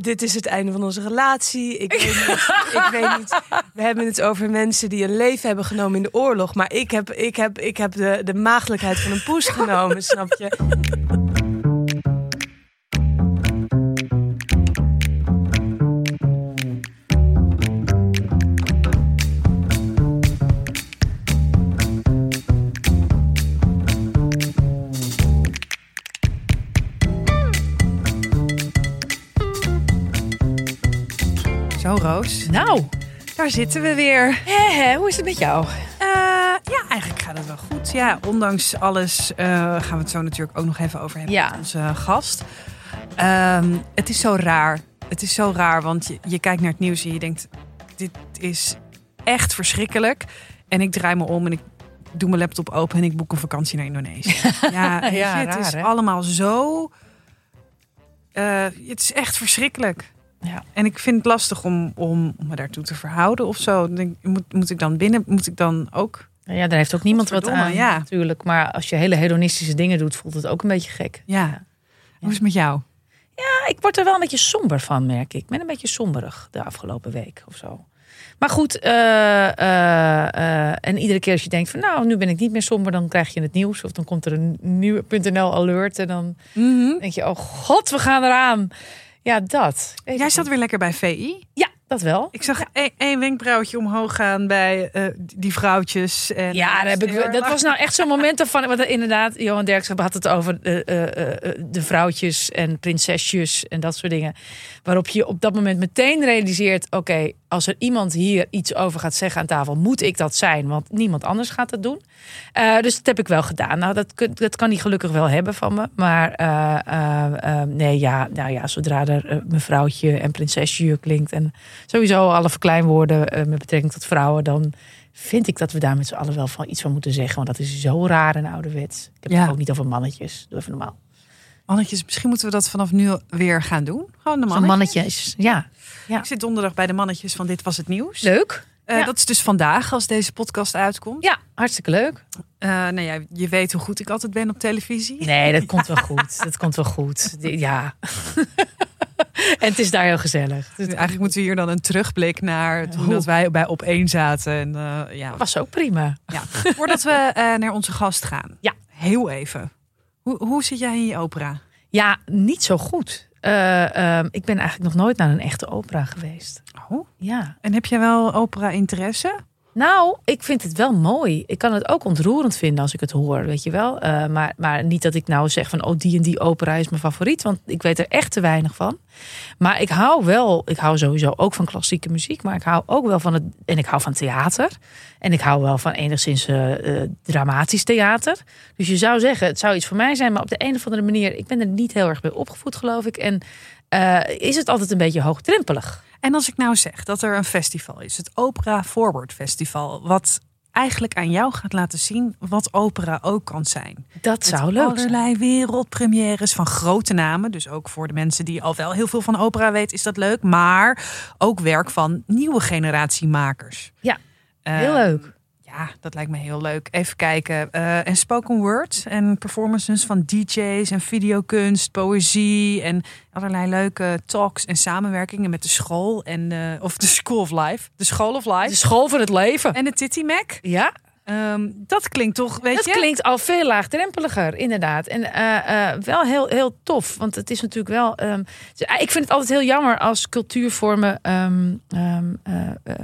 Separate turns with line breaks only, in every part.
Dit is het einde van onze relatie. Ik weet, niet, ik weet niet. We hebben het over mensen die een leven hebben genomen in de oorlog. Maar ik heb, ik heb, ik heb de, de maagdelijkheid van een poes genomen, snap je?
Zo, Roos.
Nou,
Daar zitten we weer.
hè, hè, hoe is het met jou?
Eh, ja, eigenlijk gaat het wel goed. Ja, ondanks alles eh, gaan we het zo natuurlijk ook nog even over hebben
Ja.
met onze eh, gast. Ehm, het is zo raar. Het is zo raar, want je, je kijkt naar het nieuws en je denkt... dit is echt verschrikkelijk. En ik draai me om en ik doe mijn laptop open en ik boek een vakantie naar Indonesië. ja, weet je,
Ja,
het
raar,
is
hè?
allemaal zo... eh, het is echt verschrikkelijk.
Ja.
En ik vind het lastig om, om, om me daartoe te verhouden of zo. Dan Denk, ik, moet, moet ik dan binnen? Moet ik dan ook?
Ja, daar heeft ook niemand wat
Godverdomme,
aan,
ja.
natuurlijk. Maar als je hele hedonistische dingen doet, voelt het ook een beetje gek.
Ja. Hoe is het met jou?
Ja, ik word er wel een beetje somber van, merk ik. Ik ben een beetje somberig de afgelopen week of zo. Maar goed, eh, eh, eh, en iedere keer als je denkt van nou, nu ben ik niet meer somber, dan krijg je het nieuws. Of dan komt er een nieuwe .nl alert en dan
Mhm.
denk je, oh god, we gaan eraan. Ja, dat. Ik weet
Jij
het
zat weer lekker bij VI.
niet. Ja, dat wel.
Ik zag één één wenkbrauwtje omhoog gaan bij eh, die vrouwtjes. En
Ja, daar heb ik, wel- dat
Steerlach.
was nou echt zo'n moment ervan. Want eh, inderdaad, Johan Derksen had het over eh, eh, eh, de vrouwtjes en prinsesjes en dat soort dingen. Waarop je op dat moment meteen realiseert: oké, als er iemand hier iets over gaat zeggen aan tafel, moet ik dat zijn, want niemand anders gaat dat doen. Eh, dus dat heb ik wel gedaan. Nou, dat, kun- dat kan hij gelukkig wel hebben van me. Maar eh, eh, eh, nee, ja, nou ja, zodra er eh, mevrouwtje en prinsesje klinkt en sowieso alle verkleinwoorden eh, met betrekking tot vrouwen, dan vind ik dat we daar met z'n allen wel van iets van moeten zeggen. Want dat is zo raar en ouderwets. Ik heb
Ja.
het ook niet over mannetjes. Doe even normaal.
Mannetjes, misschien moeten we dat vanaf nu weer gaan doen. Gewoon de
Van
mannetjes.
mannetjes. Ja.
Ik zit donderdag bij de mannetjes van Dit Was Het Nieuws.
Leuk.
Eh,
Ja.
Dat is dus vandaag als deze podcast uitkomt.
Ja, hartstikke leuk.
Eh, nou ja, je weet hoe goed ik altijd ben op televisie.
Nee, dat komt wel goed. Dat komt wel goed. Die- Ja. en het is daar heel gezellig.
Dus
Het
eigenlijk moeten we hier dan een terugblik naar toen dat wij bij op één zaten. En, eh, ja.
was ook prima.
Ja. Voordat we eh, naar onze gast gaan.
Ja.
Heel even. Hoe, hoe zit jij in je opera?
Ja, niet zo goed. Eh, ehm, ik ben eigenlijk nog nooit naar een echte opera geweest.
Oh.
Ja.
En heb jij wel opera-interesse?
Nou, ik vind het wel mooi. Ik kan het ook ontroerend vinden als ik het hoor, weet je wel. Eh, maar, maar niet dat ik nou zeg van, oh, die en die opera is mijn favoriet. Want ik weet er echt te weinig van. Maar ik hou wel, ik hou sowieso ook van klassieke muziek. Maar ik hou ook wel van het, en ik hou van theater. En ik hou wel van enigszins eh, eh, dramatisch theater. Dus je zou zeggen, het zou iets voor mij zijn. Maar op de een of andere manier, ik ben er niet heel erg bij opgevoed, geloof ik. En eh, is het altijd een beetje hoogdrempelig.
En als ik nou zeg dat er een festival is, het Opera Forward Festival, wat eigenlijk aan jou gaat laten zien wat opera ook kan zijn.
Dat
Met
zou leuk zijn.
allerlei wereldpremières van grote namen. Dus ook voor de mensen die al wel heel veel van opera weten, is dat leuk. Maar ook werk van nieuwe generatie makers.
Ja,
Eh,
Heel leuk.
Ja, dat lijkt me heel leuk. Even kijken. Eh, en spoken word en performances van DJ's en videokunst, poëzie en allerlei leuke talks en samenwerkingen met de school en eh, of de School of Life, de School of Life
De school voor het leven.
en de Titty Mac.
Ja,
Ehm, dat klinkt toch, weet
dat
je?
klinkt al veel laagdrempeliger, inderdaad. En eh, eh, wel heel, heel tof, want het is natuurlijk wel... ehm, dus, ah, ik vind het altijd heel jammer als cultuurvormen ehm, ehm, eh, eh,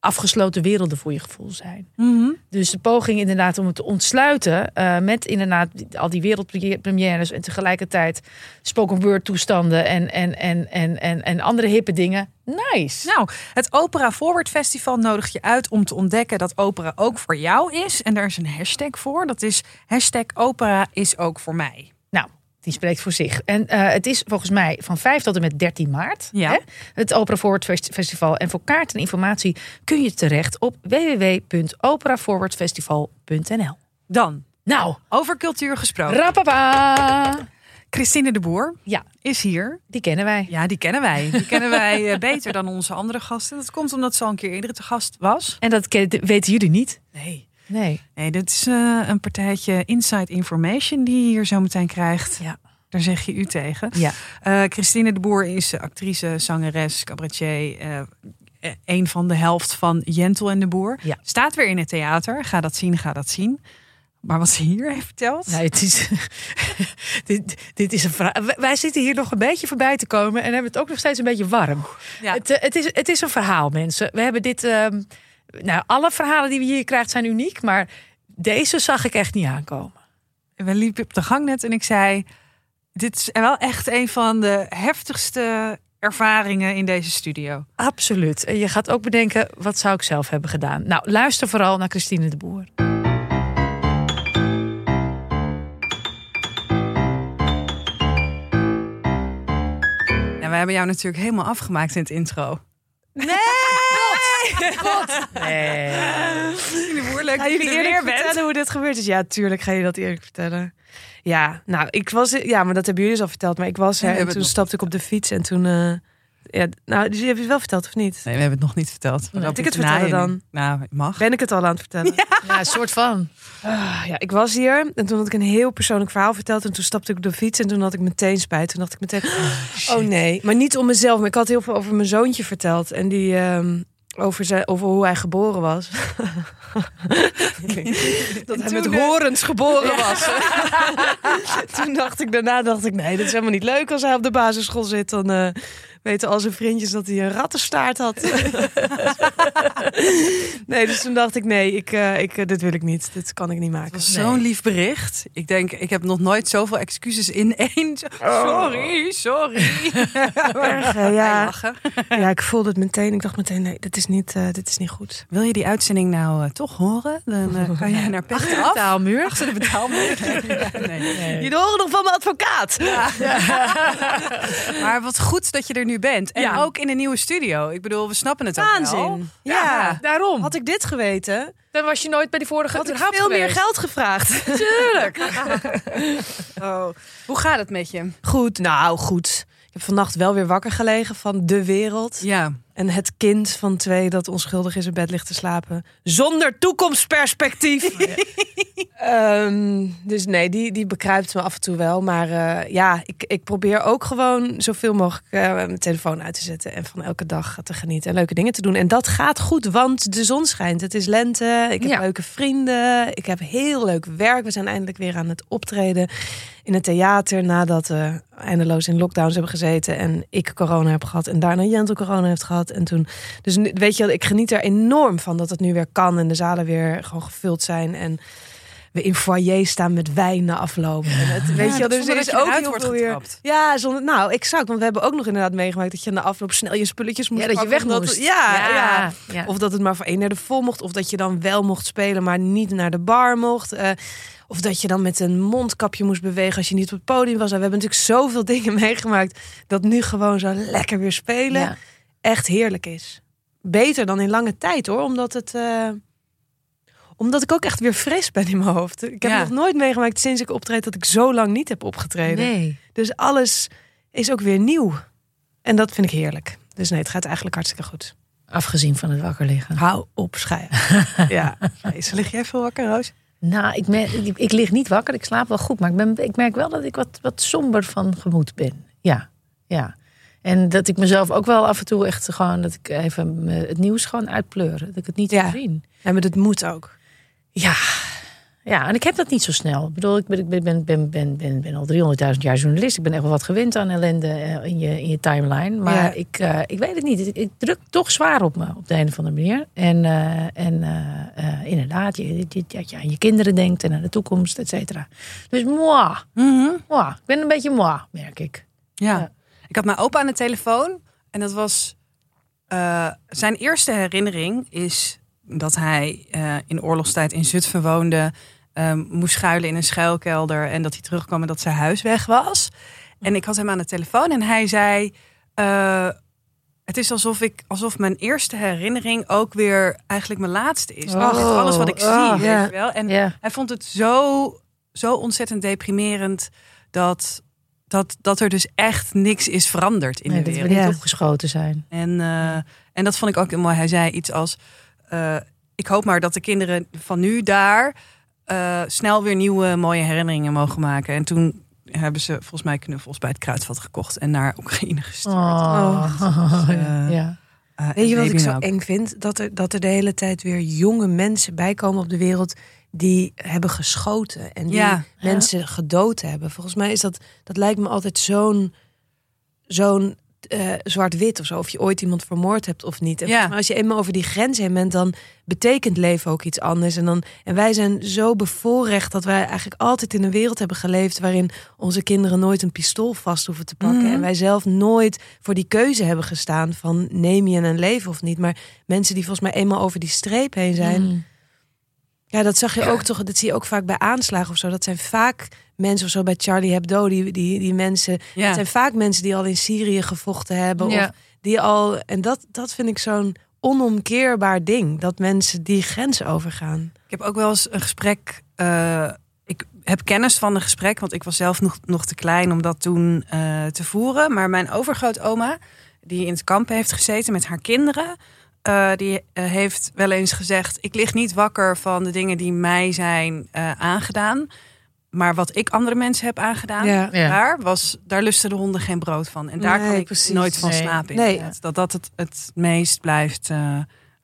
afgesloten werelden voor je gevoel zijn.
Mhm.
Dus de poging inderdaad om het te ontsluiten eh, met inderdaad al die wereldpremières en tegelijkertijd spoken word toestanden en, en, en, en, en, en andere hippe dingen. Nice.
Nou, het Opera Forward Festival nodigt je uit om te ontdekken dat opera ook voor jou is. En daar is een hashtag voor. Dat is hashtag opera is ook voor mij.
Nou, die spreekt voor zich. En eh, het is volgens mij van 5 tot en met 13 maart.
Ja.
Hè? Het Opera Forward Fest- Festival. En voor kaart en informatie kun je terecht op www.operaforwardfestival.nl.
Dan,
Nou,
over cultuur
Oh.
gesproken.
rapapa!
Christine de Boer
Ja,
is hier.
die kennen wij.
Ja, die kennen wij. Die kennen wij eh, beter dan onze andere gasten. Dat komt omdat ze al een keer eerder te gast was.
En dat ken- weten jullie niet?
Nee.
Nee.
Nee, dit is eh, een partijtje Inside Information die je hier zo meteen krijgt.
Ja.
Daar zeg je u tegen.
Ja.
Eh, Christine de Boer is eh, actrice, zangeres, cabaretier. eh, eh, een van de helft van Jentel en de Boer.
Ja.
Staat weer in het theater. Ga dat zien, ga dat zien. Maar wat ze hier heeft verteld.
Nou, het is, dit, dit is een verhaal. Wij- Wij zitten hier nog een beetje voorbij te komen en hebben het ook nog steeds een beetje warm.
ja.
Het, eh, het, is, het is een verhaal, mensen. We hebben dit. ehm, nou, alle verhalen die we hier krijgen zijn uniek, maar deze zag ik echt niet aankomen.
we liepen op de gang net en ik zei: Dit is wel echt een van de heftigste ervaringen in deze studio.
Absoluut. En je gaat ook bedenken, wat zou ik zelf hebben gedaan? Nou, luister vooral naar Christine de Boer.
En we hebben jou natuurlijk helemaal afgemaakt in het intro.
Nee.
De boer, leuk
Ga jullie eerlijk vertellen hoe dit gebeurd is? Ja, tuurlijk ga je dat eerlijk vertellen. Ja, nou, ik was... Ja, maar dat hebben jullie dus al verteld. Maar ik was er
Nee, we
en
hebben
toen
het
stapte ik op de fiets en toen... eh, ja, nou, dus je hebt het wel verteld of niet?
Nee, we hebben het nog niet verteld.
Nee.
Moet ik het vertellen dan?
Nou, mag.
Ben ik het al aan het vertellen?
Ja, een soort van.
Ah, ja, ik was hier en toen had ik een heel persoonlijk verhaal verteld. En toen stapte ik op de fiets en toen had ik meteen spijt. Toen dacht ik meteen,
Ah,
oh nee. Maar niet om mezelf, maar ik had heel veel over mijn zoontje verteld. En die, ehm, over, zijn, over hoe hij geboren was. dat hij met
toen, eh,
horens geboren was. toen dacht ik, daarna dacht ik, nee, dat is helemaal niet leuk. Als hij op de basisschool zit, dan eh, weten al zijn vriendjes dat hij een rattenstaart had. nee, dus toen dacht ik, nee, ik, eh, ik, eh, dit wil ik niet. Dit kan ik niet
Het
maken.
was
Nee.
zo'n lief bericht. Ik denk, ik heb nog nooit zoveel excuses in één. Sorry, sorry.
Erg, eh,
Wij
ja.
lachen.
ja, ik voelde het meteen. Ik dacht meteen, nee, dit is niet, eh, dit is niet goed.
Wil je die uitzending nou eh, toch horen? Dan eh, kan je naar Pechter af.
Taalmuur.
Achter de betaalmuur. Nee, nee.
Nee.
Jullie horen nog van mijn advocaat.
Maar wat goed dat je er nu bent. En
Ja.
ook in de nieuwe studio. Ik bedoel, we snappen het ook wel.
Waanzin. Ja.
Daarom.
Had ik dit geweten,
Dan was je nooit bij die vorige
had ik
überhaupt
veel meer
geweest.
geld gevraagd.
Tuurlijk.
Oh.
Hoe gaat het met je?
Goed, nou goed. Ik heb vannacht wel weer wakker gelegen van de wereld.
Ja.
En het kind van twee dat onschuldig is in bed ligt te slapen. Zonder toekomstperspectief. Ehm, dus nee, die, die bekruipt me af en toe wel. Maar eh, ja, ik, ik probeer ook gewoon zoveel mogelijk eh, mijn telefoon uit te zetten. En van elke dag te genieten en leuke dingen te doen. En dat gaat goed, want de zon schijnt. Het is lente, ik heb
Ja.
leuke vrienden. Ik heb heel leuk werk. We zijn eindelijk weer aan het optreden in het theater. Nadat we eindeloos in lockdowns hebben gezeten. En ik corona heb gehad. En daarna Jentel corona heeft gehad. En toen... Dus nu- weet je wel, ik geniet er enorm van dat het nu weer kan. En de zalen weer gewoon gevuld zijn. En we in foyer staan met wijn na afloop. En het, weet je wel, dus er is ook heel veel weer... Ja, zonder, nou, exact. Want we hebben ook nog inderdaad meegemaakt dat je na afloop snel je spulletjes moest
Ja, dat je
pakken,
weg
omdat-
moest.
Ja, ja.
ja.
Of dat het maar voor één naar de vol mocht. Of dat je dan wel mocht spelen, maar niet naar de bar mocht. Eh, of dat je dan met een mondkapje moest bewegen als je niet op het podium was. Nou, we hebben natuurlijk zoveel dingen meegemaakt dat nu gewoon zo lekker weer spelen
Ja.
echt heerlijk is. Beter dan in lange tijd hoor, omdat het. eh, omdat ik ook echt weer fris ben in mijn hoofd. Ik heb
Ja.
nog nooit meegemaakt sinds ik optreed dat ik zo lang niet heb opgetreden.
Nee.
Dus alles is ook weer nieuw. En dat vind ik heerlijk. Dus nee, het gaat eigenlijk hartstikke goed.
Afgezien van het wakker liggen.
Hou op, schijn. ja,
Lig jij veel wakker, Roos?
Nou, ik, ben, ik, ik lig niet wakker. Ik slaap wel goed. Maar ik, ben, ik merk wel dat ik wat, wat somber van gemoed ben. Ja, ja. En dat ik mezelf ook wel af en toe echt gewoon... dat ik even eh, het nieuws gewoon uitpleur. Dat ik het niet
Ja.
ja. zien.
en met het moet ook.
Ja. ja, en ik heb dat niet zo snel. Ik bedoel, ik ben, ik ben, ben, ben, ben, ben, ben al 300.000 jaar journalist. Ik ben echt wel wat gewend aan ellende eh, in je, in je timeline. Maar
Ja.
ik, eh, ik weet het niet. Ik, ik druk toch zwaar op me op de een of andere manier. En, eh, en eh, eh, inderdaad, je, je- je- dat je aan je kinderen denkt en aan de toekomst, et cetera. Dus moi,
Mhm.
moi. Ik ben een beetje moi, merk ik.
Ja.
Ja.
Ik had mijn opa aan de telefoon. En dat was... eh, zijn eerste herinnering is dat hij eh, in oorlogstijd in Zutphen woonde. eh, moest schuilen in een schuilkelder. En dat hij terugkwam en dat zijn huis weg was. En ik had hem aan de telefoon en hij zei... eh, het is alsof, ik, alsof mijn eerste herinnering ook weer eigenlijk mijn laatste is.
Oh.
Echt alles wat ik zie,
Oh.
weet
Ja.
je wel. En
Ja,
hij vond het zo, zo ontzettend deprimerend dat, dat, dat er dus echt niks is veranderd in
nee,
de
dat we
wereld.
niet
Ja.
opgeschoten zijn.
En, eh, en dat vond ik ook heel mooi. Hij zei iets als: eh, Ik hoop maar dat de kinderen van nu daar eh, snel weer nieuwe mooie herinneringen mogen maken. En toen hebben ze volgens mij knuffels bij het kruidvat gekocht en naar Oekraïne gestuurd.
Oh.
Oh,
Eh,
ja. ja.
Eh,
Weet je
en
wat ik
baby
zo
melk.
eng vind? Dat er, dat er de hele tijd weer jonge mensen bijkomen op de wereld die hebben geschoten en die
Ja.
mensen gedood hebben. Volgens mij is dat, dat lijkt me altijd zo'n zo'n eh, zwart-wit of zo. Of je ooit iemand vermoord hebt of niet. En
Ja.
volgens mij als je eenmaal over die grens heen bent, dan betekent leven ook iets anders. En, dan, en wij zijn zo bevoorrecht dat wij eigenlijk altijd in een wereld hebben geleefd waarin onze kinderen nooit een pistool vast hoeven te pakken.
Mhm.
En wij zelf nooit voor die keuze hebben gestaan van neem je een leven of niet. Maar mensen die volgens mij eenmaal over die streep heen
Mhm.
zijn.
Mm.
Ja, dat zag je
Ja.
ook toch. Dat zie je ook vaak bij aanslagen of zo. Dat zijn vaak mensen of zo bij Charlie Hebdo. Die, die, die mensen.
Ja.
Dat zijn vaak mensen die al in Syrië gevochten hebben.
Ja.
Of die al. En dat, dat vind ik zo'n onomkeerbaar ding. Dat mensen die grens overgaan.
Ik heb ook wel eens een gesprek. eh, ik heb kennis van een gesprek, want ik was zelf nog, nog te klein om dat toen eh, te voeren. Maar mijn overgrootoma, die in het kamp heeft gezeten met haar kinderen, eh, die eh, heeft wel eens gezegd: Ik lig niet wakker van de dingen die mij zijn eh, aangedaan. Maar wat ik andere mensen heb aangedaan,
Ja.
Ja.
daar, was, daar lusten de honden geen brood van. En daar
Nee,
kan ik
precies.
nooit van
Nee.
slapen.
Nee.
inderdaad. Dat dat het, het meest blijft, eh,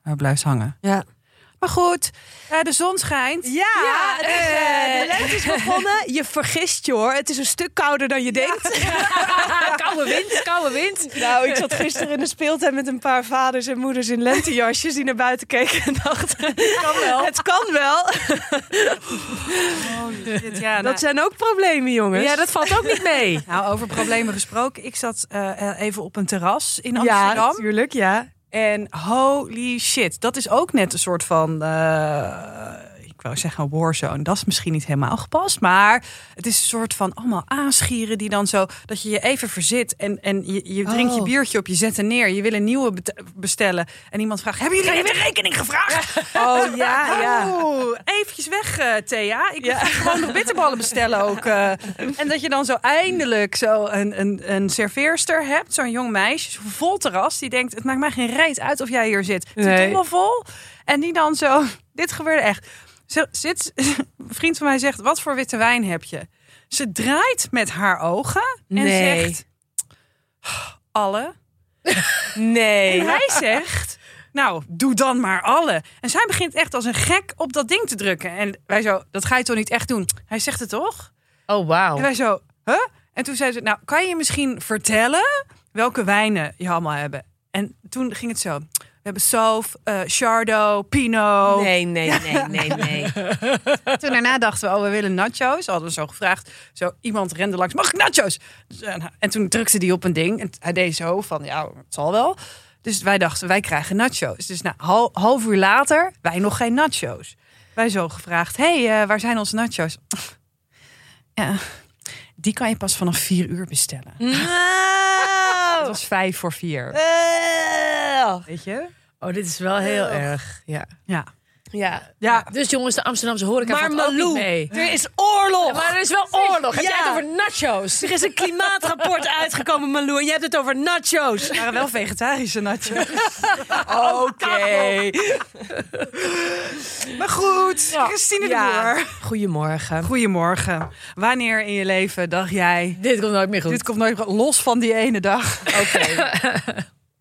eh, blijft hangen.
Ja.
Maar goed, eh, de zon schijnt.
Ja,
het is, eh, de
lente is begonnen. Je vergist je hoor. Het is een stuk kouder dan je denkt.
koude wind, koude wind.
Nou, ik zat gisteren in de speeltuin met een paar vaders en moeders in lentejasjes die naar buiten keken en dachten: kan wel. Het kan wel.
Oh,
ja, nou,
Dat zijn ook problemen, jongens.
Ja, dat valt ook niet mee.
nou, over problemen gesproken. Ik zat eh, eh, even op een terras in
ja,
Amsterdam.
natuurlijk, ja.
en holy shit, dat is ook net een soort van... eh, ik wou zeggen warzone. Dat is misschien niet helemaal gepast. Maar het is een soort van allemaal aanschieren die dan zo... Dat je je even verzit en, en je, je drinkt je
Oh.
biertje op. Je zet er neer. Je wil een nieuwe bet- bestellen. En iemand vraagt, hebben jullie net de rekening gevraagd?
Oh ja, ja.
Oeh, eventjes weg, eh, Thea. Ik ga gewoon nog bitterballen bestellen ook. eh. En dat je dan zo eindelijk zo een, een, een serveerster hebt, zo'n jong meisje, zo vol terras, die denkt: het maakt mij geen reet uit of jij hier zit. Het zit
Nee.
helemaal vol. En die dan zo: dit gebeurde echt. Ze, zit, een vriend van mij zegt: wat voor witte wijn heb je? Ze draait met haar ogen en
Nee.
zegt: "Oh, alle. En
Nee.
hij zegt, nou, doe dan maar alle. En zij begint echt als een gek op dat ding te drukken. En wij zo, dat ga je toch niet echt doen? Hij zegt het toch?
Oh,
En
wauw.
wij zo, huh? En toen zei ze, nou, kan je misschien vertellen welke wijnen je allemaal hebben? En toen ging het zo. We hebben Sauve, eh Chardo, Pinot.
Nee, nee, nee, nee, nee.
Toen daarna dachten we, oh, we willen nachos. Hadden we zo gevraagd. Zo, iemand rende langs, mag ik nachos? Dus, eh, nou, En toen drukte hij op een ding. En hij deed zo van, ja, het zal wel. Dus wij dachten, wij krijgen nachos. Dus nou, hal- half uur later, wij nog geen nachos. Wij zo gevraagd, hé, hey, eh, waar zijn onze nachos? Ja, die kan je pas vanaf vier uur bestellen. Het
Nou.
was vijf voor vier.
Eh.
Weet je?
Oh, dit is wel heel erg. Ja.
Ja.
Ja.
Ja,
Dus jongens, de Amsterdamse horeca
Maar
valt ook niet
Malou,
mee.
er is oorlog.
Maar er is wel oorlog. Heb
Ja.
jij het over nachos?
Er is een klimaatrapport uitgekomen, Malou. En je hebt het over nachos.
het waren wel Oh, vegetarische nachos.
Oké.
Maar goed, Christine de Boer.
Goedemorgen.
Goedemorgen. Wanneer in je leven dacht jij...
Dit komt nooit meer goed.
Dit komt nooit los van die ene dag.
Oké.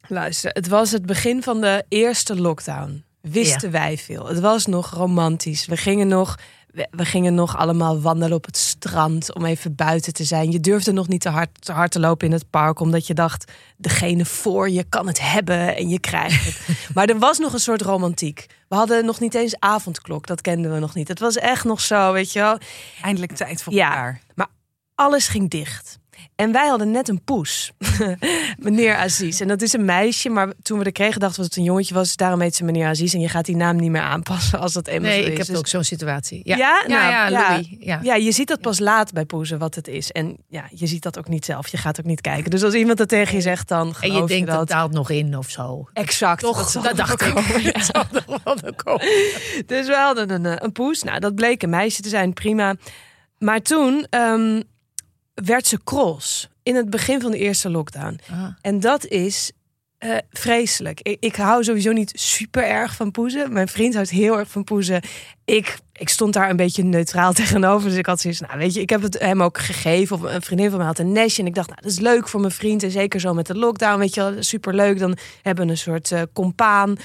Luister, het was het begin van de eerste lockdown. Wisten wij veel. Het was nog romantisch. We gingen nog, we, we gingen nog allemaal wandelen op het strand om even buiten te zijn. Je durfde nog niet te hard, te hard te lopen in het park, omdat je dacht: degene voor je kan het hebben en je krijgt het. maar er was nog een soort romantiek. We hadden nog niet eens avondklok, dat kenden we nog niet. Het was echt nog zo, weet je wel.
Eindelijk tijd voor
Ja.
elkaar.
Maar alles ging dicht. En wij hadden net een poes, meneer Aziz. En dat is een meisje, maar toen we er kregen dachten we dat het een jongetje was. Daarom heet ze meneer Aziz. En je gaat die naam niet meer aanpassen als dat eenmaal
Nee,
zo is.
ik heb
Dus-
ook zo'n situatie. Ja,
Ja?
ja,
Nou,
ja,
ja.
Louis. Ja.
ja, je ziet dat pas laat bij poezen wat het is. En ja, je ziet dat ook niet zelf. Je gaat ook niet kijken. Dus als iemand dat tegen je zegt, dan
En
geloof
je denkt,
dat.
dat daalt nog in of zo.
Exact.
Toch,
zal
dat,
wel
dacht ik. Dat zal nog wel wel komen.
Dus we hadden een, eh, een poes. Nou, dat bleek een meisje te zijn, prima. Maar toen ehm, werd ze cross in het begin van de eerste lockdown.
Ah.
En dat is eh, vreselijk. Ik, ik hou sowieso niet super erg van poezen. Mijn vriend houdt heel erg van poezen. Ik, ik stond daar een beetje neutraal tegenover. Dus ik had zoiets, nou weet je, ik heb het hem ook gegeven. Of een vriendin van mij had een nestje. En ik dacht, nou dat is leuk voor mijn vriend. En zeker zo met de lockdown, weet je wel, super leuk. Dan hebben we een soort eh, compaan.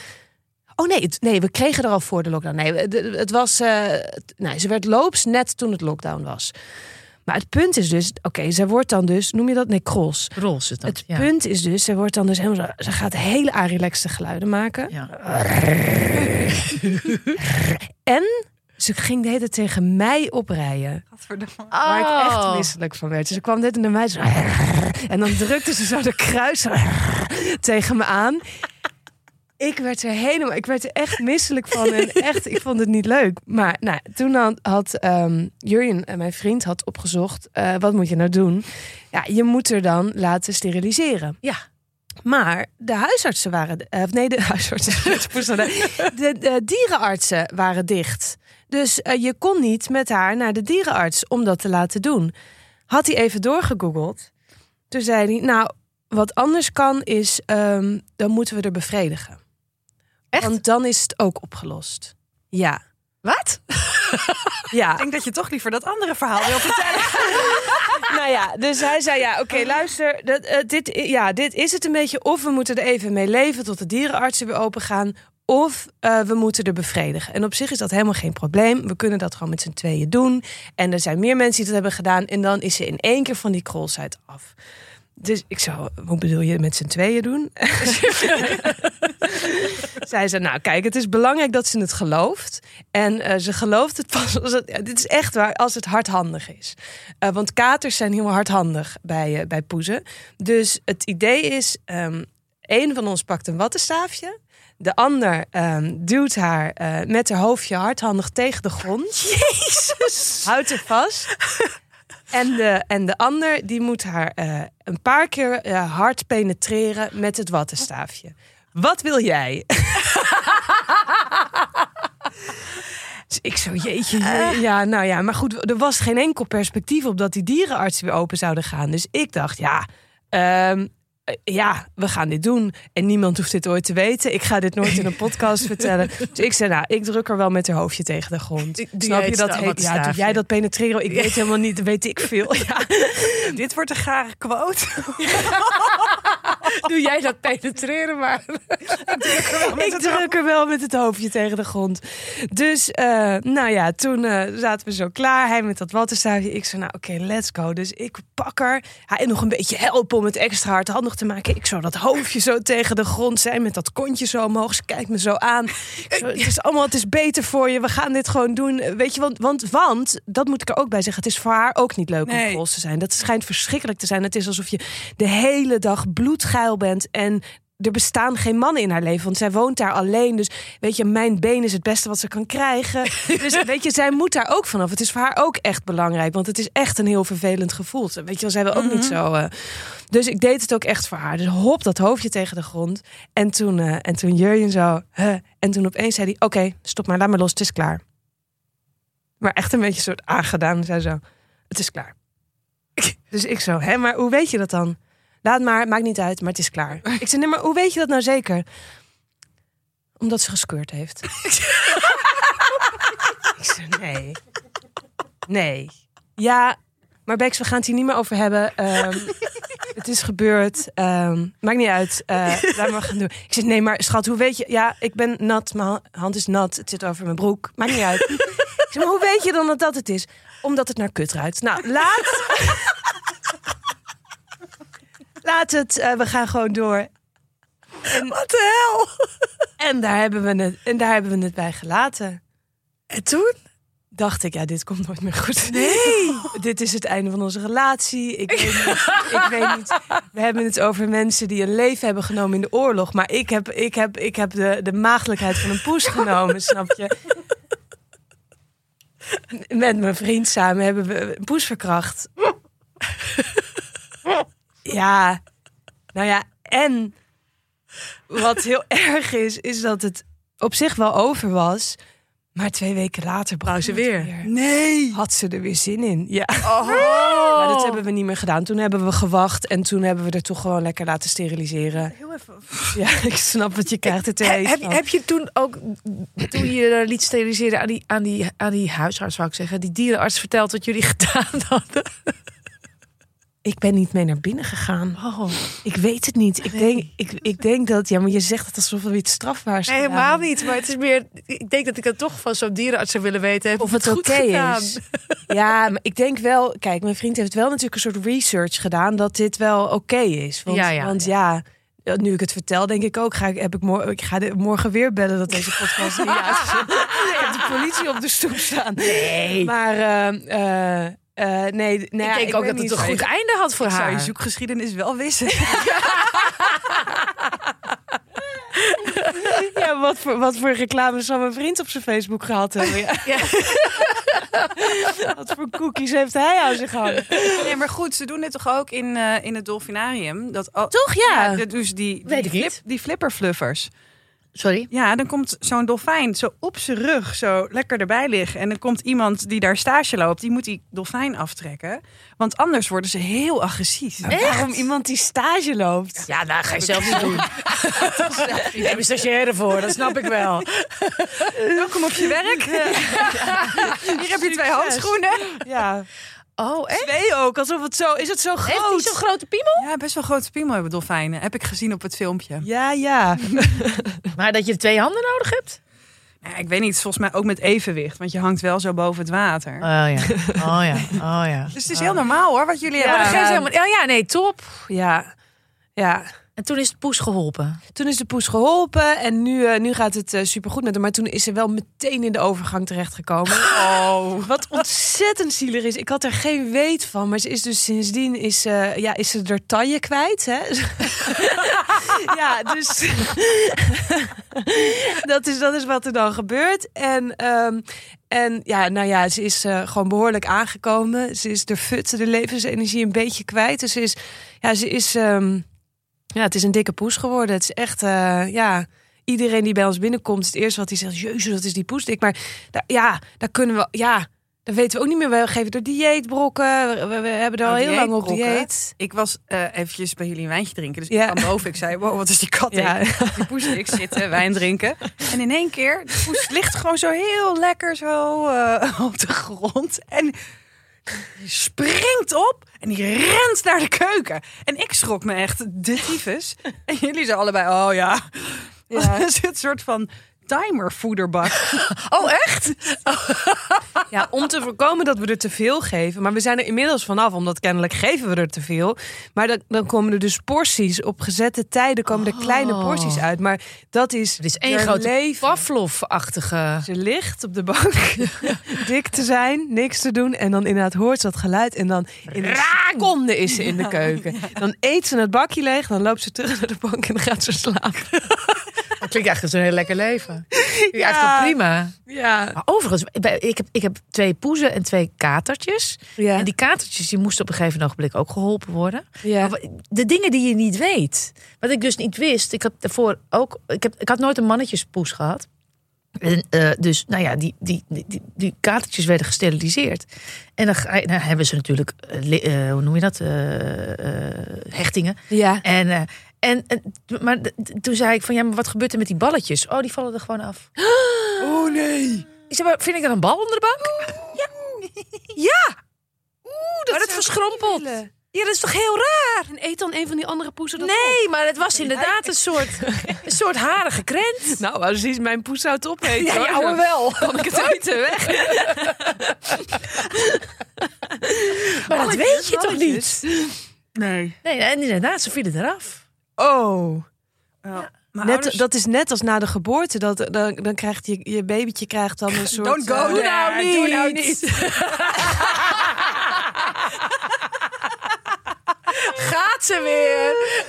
Oh nee, het- nee, we kregen er al voor de lockdown. Nee, we- de- het was, eh, t- nou, ze werd loops net toen het lockdown was. Maar het punt is dus, oké, zij wordt dan dus, noem je dat? Nee, cross.
Rol zit dat.
Het
ja.
punt is dus, ze wordt dan dus helemaal, zo- ze gaat hele arilexte geluiden maken.
Ja.
Ze ging de hele tijd tegen mij oprijden, waar ik echt misselijk van werd. Dus ze kwam net naar mij zo, en dan drukte ze zo de kruis zo tegen me aan. Ik werd er helemaal, ik werd er echt misselijk van en echt, ik vond het niet leuk. Maar nou, toen had, had ehm, Jurjen, eh, mijn vriend, had opgezocht, eh, wat moet je nou doen? Ja, je moet er dan laten steriliseren.
ja.
Maar de huisartsen waren. eh, Of nee, de huisartsen. het moest wel- de, de dierenartsen waren dicht. Dus eh, je kon niet met haar naar de dierenarts om dat te laten doen. Had hij even doorgegoogeld. Toen zei hij: Nou, wat anders kan is. ehm, dan moeten we er bevredigen.
Echt?
Want dan is het ook opgelost. Ja.
Wat? Ik
Ja.
denk dat je toch liever dat andere verhaal wil vertellen.
nou ja, dus hij zei: Ja, oké, luister, dat, eh, dit, i- ja, dit is het een beetje. Of we moeten er even mee leven tot de dierenartsen weer open gaan. Of eh, we moeten er bevredigen. En op zich is dat helemaal geen probleem. We kunnen dat gewoon met z'n tweeën doen. En er zijn meer mensen die dat hebben gedaan. En dan is ze in één keer van die krolsheid af. Dus ik zou, hoe bedoel je met z'n tweeën doen? Zij zei, nou kijk, het is belangrijk dat ze het gelooft. En eh, ze gelooft het pas, als het, ja, dit is echt waar, als het hardhandig is. Eh, want katers zijn heel hardhandig bij, eh, bij poezen. Dus het idee is, ehm één van ons pakt een wattenstaafje. De ander ehm, duwt haar eh, met haar hoofdje hardhandig tegen de grond. Jezus! Houdt er vast. En de, en de ander die moet haar eh, een paar keer eh, hard penetreren met het wattenstaafje. Wat wil jij? Dus ik zo, jeetje. je- Ja, nou ja, maar goed, er was geen enkel perspectief op dat die dierenartsen weer open zouden gaan. Dus ik dacht, ja, ehm, eh, ja, we gaan dit doen. En niemand hoeft dit ooit te weten. Ik ga dit nooit in een podcast vertellen. Dus ik zei, nou, ik druk er wel met haar hoofdje tegen de grond.
Doe
Snap
jij
je
het
dat?
sta-
heet-
wat
ja, doe
staafje?
jij dat penetreren? Ik weet helemaal niet, dat weet ik veel. Ja.
Dit wordt een gare quote.
Doe jij dat penetreren maar.
ik druk er wel met het hoofdje tegen de grond. Dus, eh, nou ja, toen eh, zaten we zo klaar. Hij met dat wattenstaafje. Ik zei, nou oké, let's go. Dus ik pak haar. Hij nog een beetje helpen om het extra hardhandig te maken. Ik zo dat hoofdje zo tegen de grond zijn. Met dat kontje zo omhoog. Ze kijkt me zo aan. Ik zo, Eh, het is allemaal, het is beter voor je. We gaan dit gewoon doen. Eh, Weet je, want, want, want, dat moet ik er ook bij zeggen. Het is voor haar ook niet leuk om
Nee.
grols te zijn. Dat schijnt verschrikkelijk te zijn. Het is alsof je de hele dag bloedgeil bent en er bestaan geen mannen in haar leven, want zij woont daar alleen. Dus weet je, mijn been is het beste wat ze kan krijgen. Dus weet je, zij moet daar ook vanaf. Het is voor haar ook echt belangrijk, want het is echt een heel vervelend gevoel. Weet je, wel, zij wil ook niet zo. eh, dus ik deed het ook echt voor haar. Dus hop dat hoofdje tegen de grond. En toen, eh, en toen Jurjen zo. huh. En toen opeens zei hij: Oké, stop maar, laat maar los, het is klaar. Maar echt een beetje een soort aangedaan. Zei zo: Het is klaar. Dus ik zo: Hè, maar hoe weet je dat dan? Laat maar, maakt niet uit, maar het is klaar. Ik zei: Nee, maar hoe weet je dat nou zeker? Omdat ze geskeurd heeft. ik zei: Nee. Nee. Ja, maar Bex, we gaan het hier niet meer over hebben. Ehm, het is gebeurd. Ehm, maakt niet uit. Eh laten we gaan doen. Ik zeg, nee, maar schat, hoe weet je... Ja, ik ben nat. Mijn ha- hand is nat. Het zit over mijn broek. Maakt niet uit. ik zeg, maar hoe weet je dan dat dat het is? Omdat het naar kut ruikt. Nou, laat... laat het. eh, we gaan gewoon door.
Wat de hel?
En daar, hebben we het, en daar hebben we het bij gelaten.
En toen?
Dacht ik, ja, dit komt nooit meer goed. dit is het einde van onze relatie. Ik weet, niet, ik weet niet. We hebben het over mensen die een leven hebben genomen in de oorlog. Maar ik heb, ik heb, ik heb de, de maagdelijkheid van een poes genomen, snap je? Met mijn vriend samen hebben we een poes verkracht. Ja, nou ja, en wat heel erg is, is dat het op zich wel over was. Maar twee weken later brouw
ze weer.
Nee!
Had ze er weer zin in. Ja.
Oh.
Maar dat hebben we niet meer gedaan. Toen hebben we gewacht en toen hebben we er toch gewoon lekker laten steriliseren.
Heel even.
Ja, ik snap wat je krijgt. Het
He-
heet
heb,
van.
heb je toen ook, toen je je liet steriliseren aan die, aan, die, aan die huisarts, zou ik zeggen, die dierenarts verteld wat jullie gedaan hadden?
Ik ben niet mee naar binnen gegaan.
Oh.
Ik weet het niet. Ik, denk, ik, ik denk dat... Ja, maar je zegt het alsof we iets strafbaars
Nee,
gedaan
helemaal niet. Maar het is meer, ik denk dat ik het toch van zo'n dierenarts zou willen weten. Heb
Of
je
het
goed
oké
gedaan?
is. Ja, maar ik denk wel... Kijk, mijn vriend heeft wel natuurlijk een soort research gedaan... dat dit wel oké is. Want ja,
Ja, ja,
want ja. nu ik het vertel, denk ik ook... Ga ik, heb ik, mor- ik ga de- morgen weer bellen dat deze podcast niet uitzendt. Ik heb de politie op de stoep staan.
Nee.
Maar eh, eh, eh, nee, nou ja,
ik denk
weet
ook dat het
niet.
een goed einde had voor
Ik zou je
haar.
zoekgeschiedenis wel wissen.
Ja, wat voor, wat voor reclame zou mijn vriend op zijn Facebook gehad hebben? Ja. wat voor cookies heeft hij aan zich hangen?
Nee, maar goed, ze doen dit toch ook in, eh, in het dolfinarium? Dat, oh,
Toch ja?
ja, dus die,
Weet
die,
ik
flip,
niet.
die flipperfluffers.
Sorry.
Ja, dan komt zo'n dolfijn zo op zijn rug zo lekker erbij liggen. En dan komt iemand die daar stage loopt, die moet die dolfijn aftrekken. Want anders worden ze heel agressief.
Waarom iemand die stage loopt?
Ja, nou ga je zelf niet doen. Je hebt een stagiaire voor, dat snap ik wel.
Welkom op je werk. Hier heb je twee handschoenen.
Ja.
Oh, echt?
Twee ook, alsof het zo... Is het zo
Heeft hij zo'n
groot?
grote piemel?
Ja, best wel grote piemel hebben dolfijnen. Heb ik gezien op het filmpje.
Ja, ja.
Maar dat je twee handen nodig hebt?
Ja, ik weet niet, volgens mij ook met evenwicht. Want je hangt wel zo boven het water.
Oh ja, oh ja, oh ja.
Dus het is heel normaal hoor, wat jullie
Ja,
hebben
maar
gedaan.
helemaal, ja, ja, nee, top.
Ja. Ja.
En toen is het poes geholpen.
Toen is de poes geholpen en nu, eh, nu gaat het eh, supergoed met hem. Maar toen is ze wel meteen in de overgang terechtgekomen.
Oh.
Wat ontzettend zielig is. Ik had er geen weet van. Maar ze is dus sindsdien is, eh, ja, is ze er taille kwijt. Hè? ja, dus dat, is, dat is wat er dan gebeurt. En, ehm, en ja, nou ja, ze is eh, gewoon behoorlijk aangekomen. Ze is de fut, de levensenergie een beetje kwijt. Dus ze is, ja, ze is, ehm, ja, het is een dikke poes geworden. Het is echt, eh, ja... Iedereen die bij ons binnenkomt, het eerste wat hij zegt, jezus, dat is die poes dik. Maar daar- ja, daar kunnen we, ja, dat weten we ook niet meer. We geven door dieetbrokken. We, we- we hebben er al
Oh,
heel lang op
dieetbrokken.
dieet.
Ik was eh, eventjes bij jullie een wijntje drinken. Dus
Ja.
ik kwam boven. Ik zei, wow, wat is die kat?
Ja.
dik? Die poes ik zitten, wijn drinken. En in één keer, de poes ligt gewoon zo heel lekker zo eh, op de grond. En die springt op en die rent naar de keuken. En ik schrok me echt de tyfus. En jullie zo allebei, oh ja.
Ja.
Er zit een soort van timervoederbak.
Oh, echt?
Ja, om te voorkomen dat we er te veel geven. Maar we zijn er inmiddels vanaf, omdat kennelijk geven we er te veel. Maar dan, dan komen er dus porties. Op gezette tijden komen er kleine
Oh.
porties uit. Maar dat is,
Het is één
haar
grote
leven.
Pavlov-achtige...
Ze ligt op de bank, dik te zijn, niks te doen. En dan inderdaad hoort ze dat geluid. En dan in een seconde is ze in de keuken. Dan eet ze het bakje leeg, dan loopt ze terug naar de bank en dan gaat ze slapen.
Dat klinkt echt als een heel lekker leven. Ja. Eigenlijk wel prima.
Ja.
Maar overigens, bij- ik heb, ik heb twee poezen en twee katertjes.
Ja.
En die katertjes die moesten op een gegeven ogenblik ook geholpen worden.
ja.
Maar De dingen die je niet weet. Wat ik dus niet wist. Ik had daarvoor ook. Ik, heb, ik had nooit een mannetjespoes gehad. En, eh, dus nou ja, die, die, die, die, die katertjes werden gesteriliseerd. En dan, ga je- nou, hebben ze natuurlijk, eh, li- eh, hoe noem je dat? Eh, eh, hechtingen.
ja.
En, eh, en, en- maar d- d- toen zei ik van ja, maar wat gebeurt er met die balletjes? Oh, die vallen er gewoon af.
Oh nee.
Ik zei, maar vind ik dan een bal onder de bank?
dat
maar dat verschrompelt. Ja, dat is toch heel raar?
En eet dan een van die andere poezen dat
Nee, maar het was inderdaad een soort, een soort harige krent.
Nou, als hij mijn poes zou het opeten,
Ja,
hoor,
ja, hoor
dan
wel.
kan ik het eten weg.
Maar
Oh,
dat weet je toch niet?
Nee.
Nee, en inderdaad, ze vielen eraf.
Oh.
Mijn
Net,
ouders-
Dat is net als na de geboorte. Dat, dan, dan krijgt je, je babytje krijgt dan een soort...
Don't go
eh,
there. Oh, Doe nou niet.
Gaat ze weer?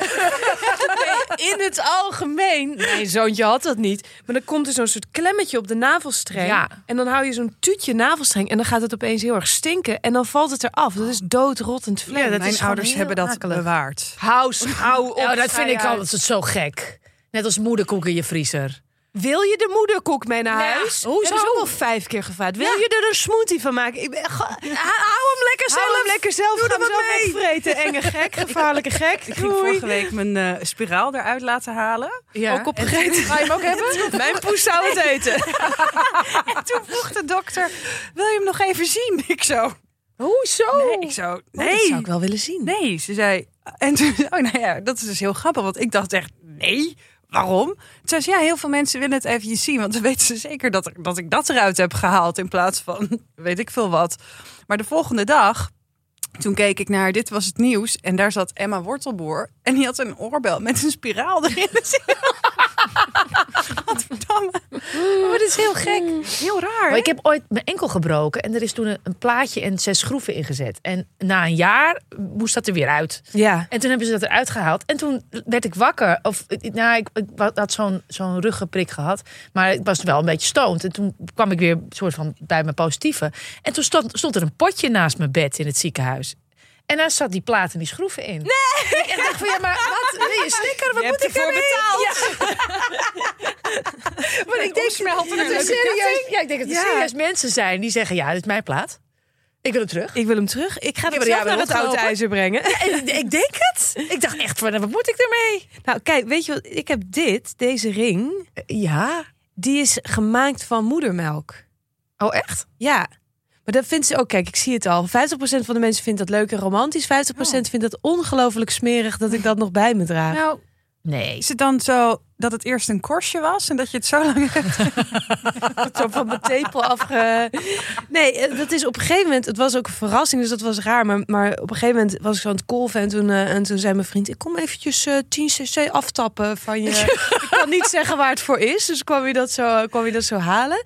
eh, in het algemeen. Mijn zoontje had dat niet. Maar dan komt er zo'n soort klemmetje op de navelstreng.
Ja.
En dan hou je zo'n tuutje navelstreng. En dan gaat het opeens heel erg stinken. En dan valt het eraf. Dat is doodrottend vlees.
Ja, dat
Mijn
is
ouders
gewoon
hebben
heel
dat
akelig.
bewaard.
Hou, s- hou op.
Oh,
schei
dat vind ik
uit.
altijd zo gek. Net als moederkoek in je vriezer.
Wil je de moederkoek mee naar
Nou ja,
huis?
hoezo?
Heb ik ook al vijf keer gevraagd. Wil je er een smoothie van maken? Ik ben, ga, hou hem lekker
zelf.
lekker zelf.
Doe
Ga
er
hem
wat
zelf
mee.
opvreten. Enge gek, gevaarlijke gek.
Ik ging vorige week mijn eh, spiraal eruit laten halen.
Ja.
Ook opgegeten.
Ga je hem ook hebben?
Mijn poes zou het eten.
En toen vroeg de dokter, wil je hem nog even zien? Ik zo,
Hoezo?
nee. Ik zo,
Dat
nee.
zou ik wel willen zien.
Nee, ze zei. En toen, oh nou ja, dat is dus heel grappig, want ik dacht echt, nee, waarom? Toen zei ze, ja, heel veel mensen willen het eventjes zien, want dan weten ze zeker dat, er- dat ik dat eruit heb gehaald in plaats van weet ik veel wat. Maar de volgende dag, toen keek ik naar Dit Was Het Nieuws en daar zat Emma Wortelboer en die had een oorbel met een spiraal erin. wat verdamme.
Maar dit is heel gek.
Mm, Heel raar.
Maar
hè?
ik heb ooit mijn enkel gebroken en er is toen een, een plaatje en zes schroeven ingezet. En na een jaar moest dat er weer uit.
Ja.
En toen hebben ze dat eruit gehaald. En toen werd ik wakker. Of, eh, nou, ik, ik wa- had zo'n zo'n ruggeprik gehad. Maar ik was wel een beetje stoned. En toen kwam ik weer soort van bij mijn positieve. En toen stond, stond er een potje naast mijn bed in het ziekenhuis. En daar zat die plaat en die schroeven in. Nee! En ik dacht van, ja, maar wat? Wil je een snicker? Wat
Je
moet
hebt
ik
ervoor
ermee? Ja. maar ik denk,
Opsmelten en
dat er nou?
leuke
serieus, ja, ik denk dat er
Ja.
serieus mensen zijn die zeggen... ja, dit is mijn plaat. Ik wil hem terug.
Ik wil hem terug. Ik ga hem
Ik heb er
zelf
jou
naar het
weer
oude
rondgelopen.
ijzer brengen.
En ik denk het. Ik dacht echt van, wat moet ik ermee?
Nou, kijk, weet je wat? Ik heb dit, deze ring.
Ja.
Die is gemaakt van moedermelk.
Oh, echt?
Ja. Maar dat vindt ze ook, kijk, ik zie het al. 50% van de mensen vindt dat leuk en romantisch. 50%
Oh.
vindt dat ongelooflijk smerig dat ik dat nog bij me draag.
Nou,
Nee.
is het dan zo dat het eerst een korstje was en dat je het zo lang hebt?
Zo van mijn tepel afge... Nee, eh, dat is op een gegeven moment... Het was ook een verrassing, dus dat was raar. Maar, maar op een gegeven moment was ik zo aan het kolven. En toen, eh, en toen zei mijn vriend... Ik kom eventjes eh 10 cc aftappen van je... ik kan niet zeggen waar het voor is. Dus kwam hij dat zo, kwam hij dat zo halen.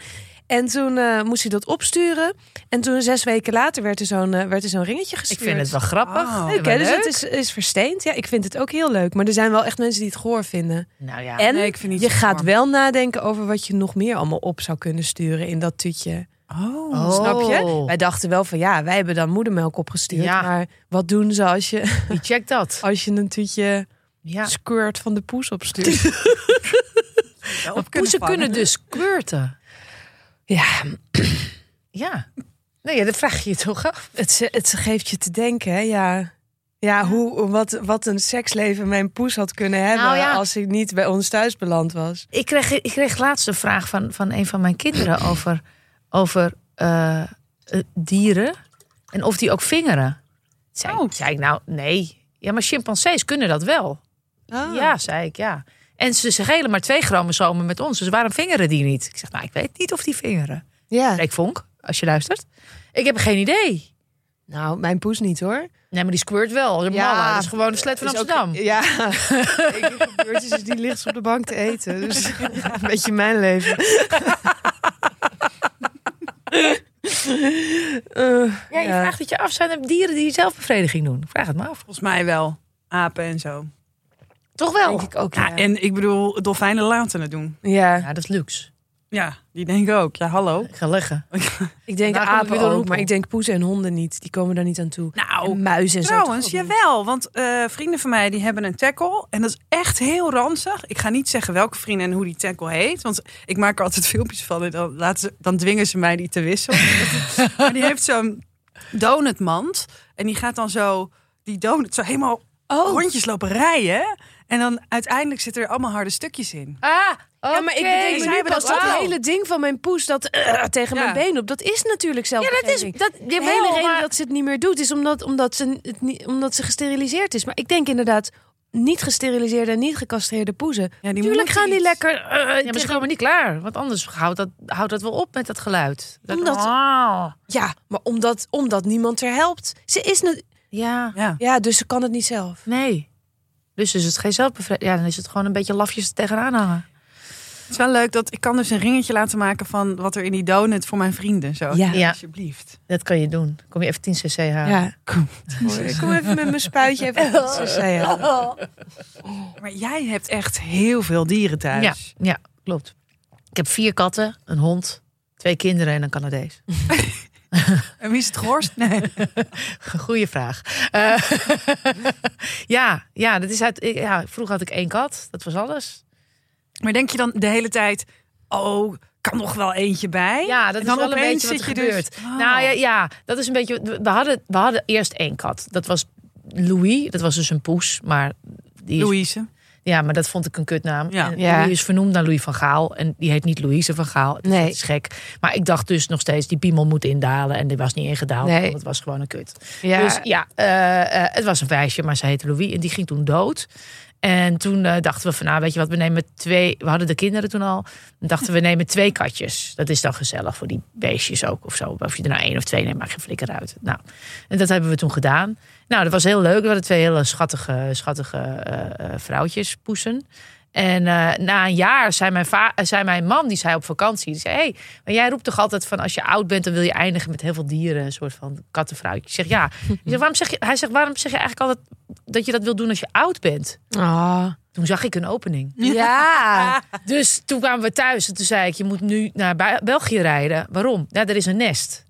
En toen eh, moest hij dat opsturen. En toen zes weken later werd er zo'n eh, werd er zo'n ringetje
Ik
gestuurd.
vind het wel grappig.
Oh.
en
Leuk,
wel
hè? Dus
leuk.
het is, is versteend. Ja, ik vind het ook heel leuk. Maar er zijn wel echt mensen die het goor vinden.
Nou ja.
en
nee, ik vind niet
je
zo
gaat
goor.
wel nadenken over wat je nog meer allemaal op zou kunnen sturen in dat tutje.
Oh.
Oh.
Snap je? Wij dachten wel van ja, wij hebben dan moedermelk opgestuurd.
Ja.
Maar wat doen ze als je,
Wie checkt dat?
als je een tutje
Ja.
skirt van de poes opstuurt?
Op
Poezen kunnen dus squirten.
ja,
Ja. Nee, ja, dat vraag je je toch af.
het, ze- het geeft je te denken. Hè? Ja, ja hoe, wat, wat een seksleven mijn poes had kunnen hebben
Nou ja.
als hij niet bij ons thuis beland was.
Ik kreeg, ik kreeg laatst een vraag van, van een van mijn kinderen over, over eh, eh, dieren. En of die ook vingeren. Zei,
Oh.
zei ik nou, nee. Ja, maar chimpansees kunnen dat wel.
Ah.
Ja, zei ik, ja. En ze schelen maar twee chromosomen met ons. Dus waarom vingeren die niet? Ik zeg, nou, ik weet niet of die vingeren.
ja.
Nou,
Rick Vonk, als je luistert. Ik heb geen idee.
Nou, mijn poes niet hoor.
Nee, maar die squirt wel.
Ja.
Ja, dat is gewoon de slet van
Is ook-
Amsterdam.
ja, ik gebeurd is dus die ligt op de bank te eten. Dus een beetje mijn leven. Eh,
Ja, je
Ja.
vraagt het je af. Zijn er dieren die zelfbevrediging doen? Ik vraag het me af.
Volgens mij wel. Apen en zo.
Toch wel?
denk ik ook.
Ja,
Ja,
en ik bedoel, dolfijnen laten het doen.
Ja,
Ja, dat is luxe.
Ja, die denken ook. Ja, hallo.
Ik ga leggen.
ik denk
Daar kom ik
apen
weer door de
ook,
hoek
maar
om.
ik denk poezen en honden niet. Die komen daar niet aan toe.
Nou,
En muizen en
trouwens,
zo. toch ook niet?
jawel. Want eh, vrienden van mij die hebben een tackle. En dat is echt heel ranzig. Ik ga niet zeggen welke vrienden en hoe die tackle heet. Want ik maak er altijd filmpjes van. En dan, laten ze, dan dwingen ze mij die te wisselen. maar die heeft zo'n donutmand. En die gaat dan zo die donut zo helemaal
Oh.
rondjes lopen rijden. En dan uiteindelijk zitten er allemaal harde stukjes in.
Ah,
Ja, maar ik
oké.
bedenk me
Zij
nu
hebben
pas
dat
dat
ook.
hele ding van mijn poes dat eh, tegen
Ja.
mijn been op. Dat is natuurlijk zelf.
Ja, dat is... Dat,
De
jawel,
hele reden
maar-
dat ze het niet meer doet is omdat, omdat, ze, het niet, omdat ze gesteriliseerd is. Maar ik denk inderdaad, niet gesteriliseerde en niet gecastreerde poezen.
Ja, die
Natuurlijk
moeten
gaan die
iets.
lekker.
Ja, maar ze komen niet klaar. Want anders houdt dat, houdt dat wel op met dat geluid. Dat,
Omdat-
Ah.
Ja, maar omdat, omdat niemand er helpt. Ze is net.
Ja.
Ja.
Ja, dus ze kan het niet zelf.
Nee. Dus is het geen zelfbevrediging. Ja, dan is het gewoon een beetje lafjes er tegenaan hangen.
Het is wel leuk dat ik kan dus een ringetje laten maken van wat er in die donut voor mijn vrienden. Zo,
Ja.
Ja.
alsjeblieft.
Dat kan je doen. Kom je even 10 cc halen.
Ja. Ik kom even met mijn spuitje even. wat ze zeggen.
Maar jij hebt echt heel veel dieren
Ja,
thuis.
ja, klopt. Ik heb vier katten, een hond, twee kinderen en een Canadees.
En wie is het gehoorst? Nee.
Goeie vraag. Eh, ja, ja, dat is uit, ik- ja, vroeger had ik één kat, dat was alles.
Maar denk je dan de hele tijd, oh, kan nog wel eentje bij?
Ja, dat
En
is
dan
wel een
opeens
beetje wat er
zit je dus-
gebeurt.
Oh.
Nou ja, ja, dat is een beetje. We hadden, we hadden eerst één kat. Dat was Louis. Dat was dus een poes. Maar die is,
Louise.
Ja, maar dat vond ik een kutnaam.
Ja.
En
Ja.
Louis is vernoemd naar Louis van Gaal. En die heet niet Louise van Gaal. Dus
Nee.
Dat is gek. Maar ik dacht dus nog steeds, die piemel moet indalen. En die was niet ingedaald.
Nee.
Want het was gewoon een kut.
Ja,
Dus ja, eh, eh, het was een wijsje, maar ze heette Louis. En die ging toen dood. En toen eh, dachten we van, nou weet je wat, we nemen twee... We hadden de kinderen toen al. En dachten we nemen twee katjes. Dat is dan gezellig voor die beestjes ook of zo. Of je er nou één of twee neemt, maakt geen flikker uit. Nou, en dat hebben we toen gedaan. Nou, dat was heel leuk. We hadden twee hele schattige, schattige eh, eh, vrouwtjes, poesen. En eh, na een jaar zei mijn, va- eh, zei mijn man, die zei op vakantie... Die zei, hey, maar jij roept toch altijd van als je oud bent... dan wil je eindigen met heel veel dieren. Een soort van kattenvrouwtje. Ik zeg, ja. Ik zeg, waarom zeg je, hij zegt, waarom zeg je eigenlijk altijd dat je dat wil doen als je oud bent?
Ah.
Toen zag ik een opening.
ja.
Dus toen kwamen we thuis en toen zei ik: Je moet nu naar Bel- België rijden. Waarom? Nou, er is een nest.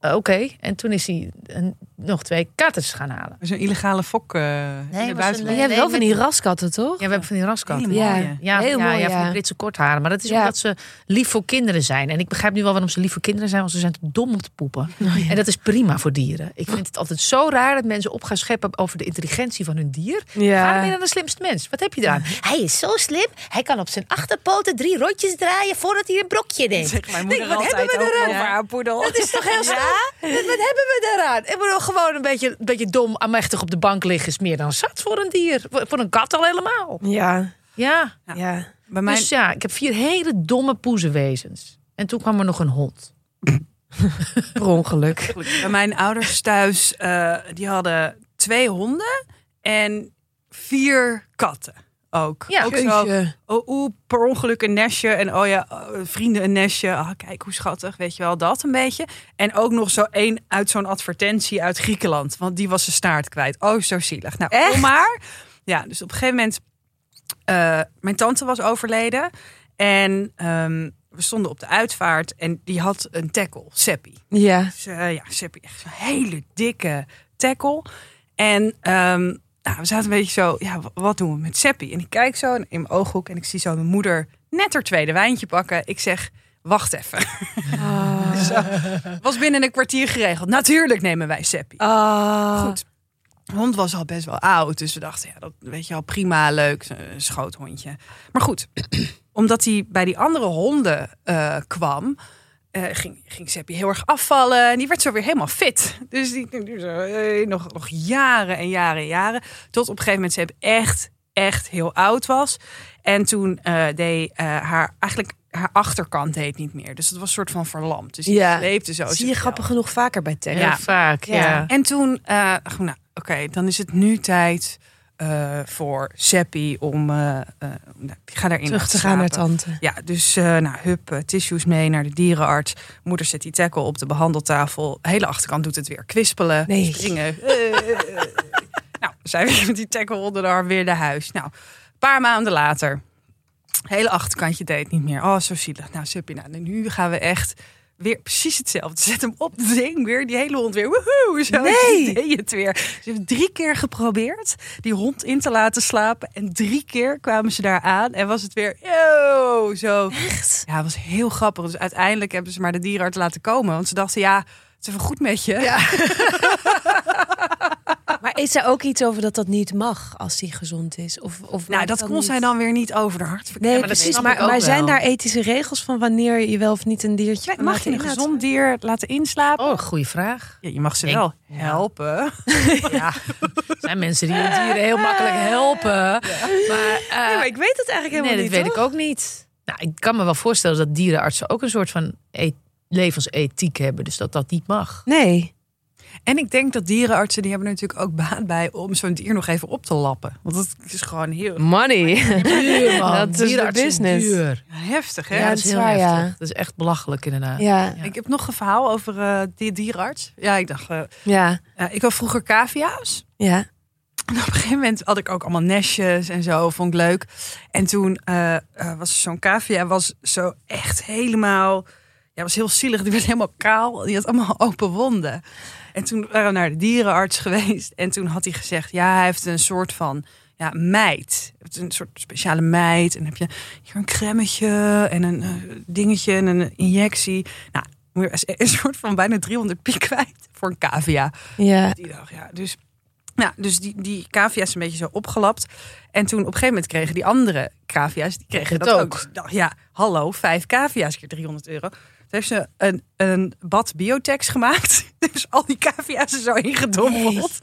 Eh, Oké. En toen is hij een- nog twee katters gaan halen.
Zo'n illegale fok eh in het
Je
buitenland.
hebt wel
nee,
van die raskatten,
Ja,
toch?
we hebben van die raskatten.
Hele
Ja.
mooie.
Ja,
Heel
ja,
mooi,
ja,
ja.
van die Britse kortharen. Maar dat is
Ja.
omdat ze lief voor kinderen zijn. En ik begrijp nu wel waarom ze lief voor kinderen zijn. Want ze zijn te dom om te poepen.
Oh,
En dat is prima voor dieren. Ik vind het altijd zo raar dat mensen op gaan scheppen over de intelligentie van hun dier. Ga dan weer naar de slimste mens. Wat heb je eraan? Hij is zo slim. Hij kan op zijn achterpoten drie rondjes draaien voordat hij een brokje neemt.
Zegt mijn moeder
Denk, wat
altijd
hebben we
ook
eraan?
over haar poedel.
Dat is toch heel snel? Wat, wat hebben we daaraan? Ik bedoel, gewoon een beetje, een beetje dom, amechtig op de bank liggen is meer dan zat voor een dier. Voor, voor een kat al helemaal.
Ja.
Ja.
Ja.
Bij mijn,
Dus ja, ik heb vier hele domme poezenwezens. En toen kwam er nog een hond.
Per ongeluk.
bij mijn ouders thuis, eh, die hadden twee honden en vier katten ook.
Ja.
ook zo, oh, oeh, per ongeluk een nestje. En oh ja, oh, vrienden een nestje. Ah, kijk hoe schattig, weet je wel, dat een beetje. En ook nog zo één uit zo'n advertentie uit Griekenland. Want die was zijn staart kwijt. Oh, zo zielig. Nou, kom maar. Ja, dus op een gegeven moment... eh, mijn tante was overleden. En ehm, we stonden op de uitvaart. En die had een tackle, Seppi.
Ja.
Dus, eh, ja, ze hebben echt zo'n hele dikke tackle. En ehm, nou, we zaten een beetje zo, ja, wa- wat doen we met Seppi? En ik kijk zo in mijn ooghoek en ik zie zo mijn moeder net haar tweede wijntje pakken. Ik zeg, wacht even.
Ah.
Zo. Was binnen een kwartier geregeld. Natuurlijk nemen wij Seppi.
Ah.
Goed. De hond was al best wel oud, dus we dachten, ja, dat weet je al prima, leuk, een schoothondje. Maar goed, omdat hij bij die andere honden eh, kwam, eh, ging, ging Seppi heel erg afvallen. En die werd zo weer helemaal fit. Dus die, die- die zo, eh, nog, nog jaren en jaren en jaren. Tot op een gegeven moment Seppi echt, echt heel oud was. En toen eh, deed eh, haar, eigenlijk haar achterkant deed niet meer. Dus het was een soort van verlamd. Dus die
Oh, Ja.
sleepte zo.
Zie je
zichzelf.
grappig genoeg vaker bij tech.
Heel
Ja.
vaak, ja.
Ja.
En toen eh, dacht ik, nou, oké, dan is het nu tijd eh, voor Seppi om, eh eh, nou, ik ga daarin
Terug te gaan naar
slapen.
tante.
Ja, dus eh nou, hup, eh, tissues mee naar de dierenarts. Moeder zet die tackle op de behandeltafel. Hele achterkant doet het weer kwispelen,
Nee.
springen. Eh, eh, eh. nou, zijn we met die tackle onder de arm weer naar huis. Nou, een paar maanden later. Hele achterkantje deed niet meer. Oh, zo zielig. Nou, Seppi, nou, nu gaan we echt weer precies hetzelfde. Zet hem op, ding, weer die hele hond weer. Woehoe, zo
Nee.
deed je het weer. Ze hebben drie keer geprobeerd die hond in te laten slapen. En drie keer kwamen ze daar aan en was het weer, yo, zo.
Echt?
Ja, het was heel grappig. Dus uiteindelijk hebben ze maar de dierenarts laten komen. Want ze dachten, ja, het is even goed met je. Nou,
Maar is er ook iets over dat dat niet mag als hij gezond is? Of, of
nou, dat kon zij dan weer niet over de hart.
Nee,
maar dat
precies.
snap
Maar,
ik ook
maar zijn
wel.
daar ethische regels van wanneer je wel of niet een diertje kan
Mag
laten
je een
inlaten?
gezond dier laten inslapen?
Oh, goede vraag.
Ja, je mag ze
Ik-
wel helpen.
Ja. Er zijn mensen die hun dieren heel makkelijk helpen. Maar, eh,
Nee, maar ik weet het eigenlijk helemaal niet.
nee, dat weet
hoor.
ik ook niet. Nou, ik kan me wel voorstellen dat dierenartsen ook een soort van e- levensethiek hebben. Dus dat dat niet mag.
Nee.
En ik denk dat dierenartsen, die hebben er natuurlijk ook baat bij om zo'n dier nog even op te lappen. Want dat is gewoon heel
Money.
Duur, man.
Dat is de
Dierenartsen
business.
Duur.
heftig, hè? Dus
Ja, dat
dat
is
is
heel
waar,
heftig.
ja.
Dat is echt belachelijk inderdaad.
Ja,
Ik heb nog een verhaal over eh, die dierenarts. Ja, ik dacht, eh,
ja,
eh, ik had vroeger cavia's.
ja.
En op een gegeven moment had ik ook allemaal nestjes en zo, vond ik leuk. En toen eh, eh, was er zo'n cavia, was zo echt helemaal, ja, was heel zielig. Die werd helemaal kaal, die had allemaal open wonden. En toen waren we naar de dierenarts geweest en toen had hij gezegd, ja, hij heeft een soort van ja, meid. Het is een soort speciale meid. En dan heb je hier een cremmetje en een eh, dingetje en een injectie. Nou, moet je een- een soort van bijna 300 piek kwijt voor een cavia
Ja.
die dag. Ja, dus, ja, dus die, die cavia is een beetje zo opgelapt. En toen op een gegeven moment kregen die andere cavia's, die kregen
Het
dat ook.
ook.
Dus ik dacht, ja, hallo, vijf cavia's keer 300 euro. Toen heeft ze een, een bad biotex gemaakt. Dus al die cavia's er zo ingedompeld.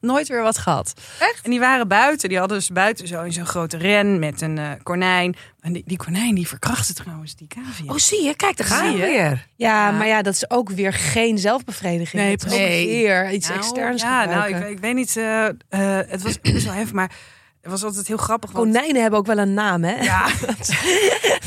Nooit weer wat gehad. Echt? En die waren buiten. Die hadden dus buiten zo in zo'n grote ren met een eh, konijn. En die, die konijn die verkrachtte trouwens die cavia.
Oh, zie je? Kijk, daar
Zie
gaan
je?
we weer.
Ja,
Ja.
maar ja, dat is ook weer geen zelfbevrediging.
Nee,
Het is ook
precies.
weer iets
Nou,
externs
Ja, nou,
gebruiken.
ik, ik weet niet. eh, eh, het was best wel heftig, maar het was altijd heel grappig. want-
Konijnen hebben ook wel een naam, hè?
Ja,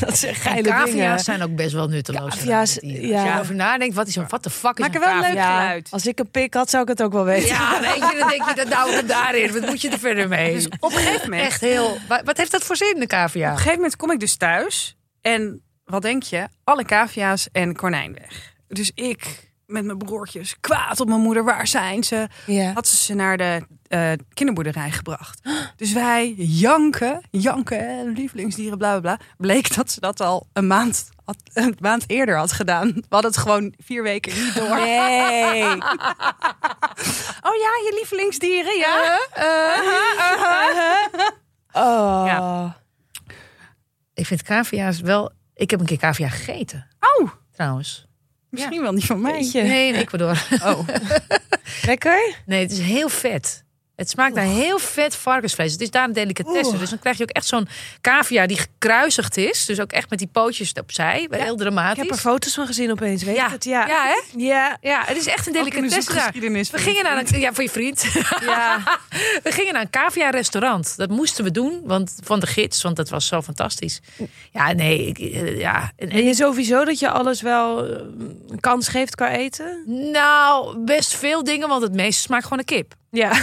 Dat zijn
En
geile dingen.
cavia's zijn ook best wel nutteloos.
Cavia's,
inderdaad, die-
ja.
Als je erover nadenkt, wat is een what the fuck is
Maak er
een
wel een
cavia?
leuk geluid.
Als ik een pik had, zou ik het ook wel weten.
Ja, weet je, dan denk je, dat nou ik daarin. Wat moet je er verder mee?
Dus op een gegeven moment.
Echt heel... wa- Wat heeft dat voor zin, de
Op een
cavia?
gegeven moment kom ik dus thuis en wat denk je? Alle cavia's en konijn weg. Dus ik met mijn broertjes kwaad op mijn moeder. Waar zijn ze?
Ja.
Had ze ze naar de eh, kinderboerderij gebracht. Dus wij janken, janken, hè, lievelingsdieren, bla bla bla. Bleek dat ze dat al een maand, had- een maand eerder had gedaan. We hadden het gewoon vier weken niet door.
Nee.
Oh ja, je lievelingsdieren, ja.
Oh.
Ja.
Ik vind cavia's wel... Ik heb een keer cavia gegeten,
Oh,
trouwens.
misschien wel niet van mij.
Jeetje.
Nee, in Ecuador.
Oh.
Lekker?
Nee, het is heel vet. Het smaakt naar heel vet varkensvlees. Het is daar een delicatesse.
Oeh.
Dus dan krijg je ook echt zo'n cavia die gekruisigd is. Dus ook echt met die pootjes opzij. Heel
Ik
dramatisch.
heb er foto's van gezien opeens, weet
ja.
je het? Ja.
ja, hè?
Ja.
Ja, het is echt een delicatesse daar. We gingen naar een, ja, voor je vriend. We gingen naar een cavia restaurant. Dat moesten we doen, want van de gids, want dat was zo fantastisch. Ja, nee, ik, eh, ja. En- en-
En je sowieso dat je alles wel eh, een kans geeft qua eten?
nou, best veel dingen, want het meeste smaakt gewoon een kip.
Ja.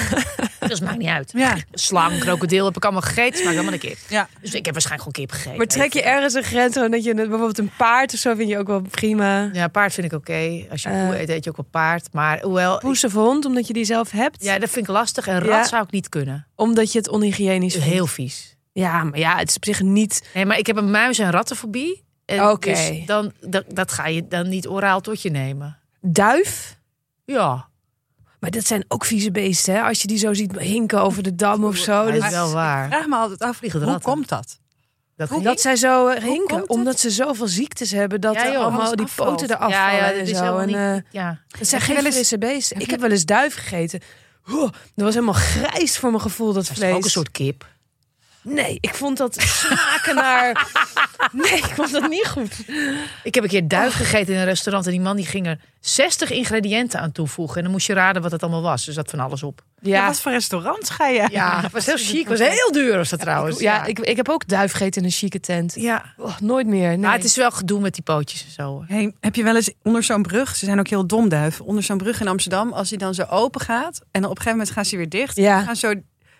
Dat maakt niet uit.
Ja.
Slang, krokodil heb ik allemaal gegeten, smaakt helemaal een kip.
Ja.
Dus ik heb waarschijnlijk gewoon kip gegeten.
Maar trek je ergens een grens aan dat je het- bijvoorbeeld een paard of zo vind je ook wel prima.
Ja, paard vind ik oké. Als je
Eh.
koe eet, eet je ook wel paard. Maar hoewel,
Poes of hond, omdat je die zelf hebt.
ja, dat vind ik lastig. En rat
Ja.
zou ik niet kunnen.
Omdat je het onhygiënisch
Is
vindt.
heel vies.
Ja, maar ja, het is op zich niet...
Nee, maar ik heb een muis- en rattenfobie. En
Oké.
Dus dan, dat, dat ga je dan niet oraal tot je nemen.
Duif? Oh,
Ja,
Maar dat zijn ook vieze beesten, hè? Als je die zo ziet hinken over de dam of zo.
dat
Dat,
is wel waar.
Vraag me altijd af,
Vliegen de
hoe
ratten.
komt dat?
Dat
dat zij zo eh,
komt het?
hinken. Omdat ze zoveel ziektes hebben dat
Ja,
er
joh,
allemaal
alles
die
afvalt.
poten eraf
ja, ja,
vallen
dat
en
is
zo.
helemaal
En,
niet.
eh,
ja.
dat zijn
Heb je
geen
wel eens-
frisse beesten.
heb
Ik
je-
heb wel eens duif gegeten. Oeh, dat was helemaal grijs voor mijn gevoel, dat
Dat is
vlees.
ook een soort kip.
Nee, ik vond dat smaken naar... Nee, ik vond dat niet goed.
Ik heb een keer
Oh.
duif gegeten in een restaurant. En die man die ging er 60 ingrediënten aan toevoegen. En dan moest je raden wat het allemaal was. Dus dat van alles op.
Ja.
Ja,
Wat voor restaurants ga je?
Ja, het was heel chic. was heel duur was dat trouwens.
ja ik, ik heb ook duif gegeten in een chique tent.
ja.
Oh, nooit meer. Nee.
Maar het is wel gedoe met die pootjes en zo. hoor.
Hey, heb je wel eens onder zo'n brug, ze zijn ook heel domduif, onder zo'n brug in Amsterdam, als die dan zo open gaat en dan op een gegeven moment gaan ze weer dicht.
Ja.
Gaan zo,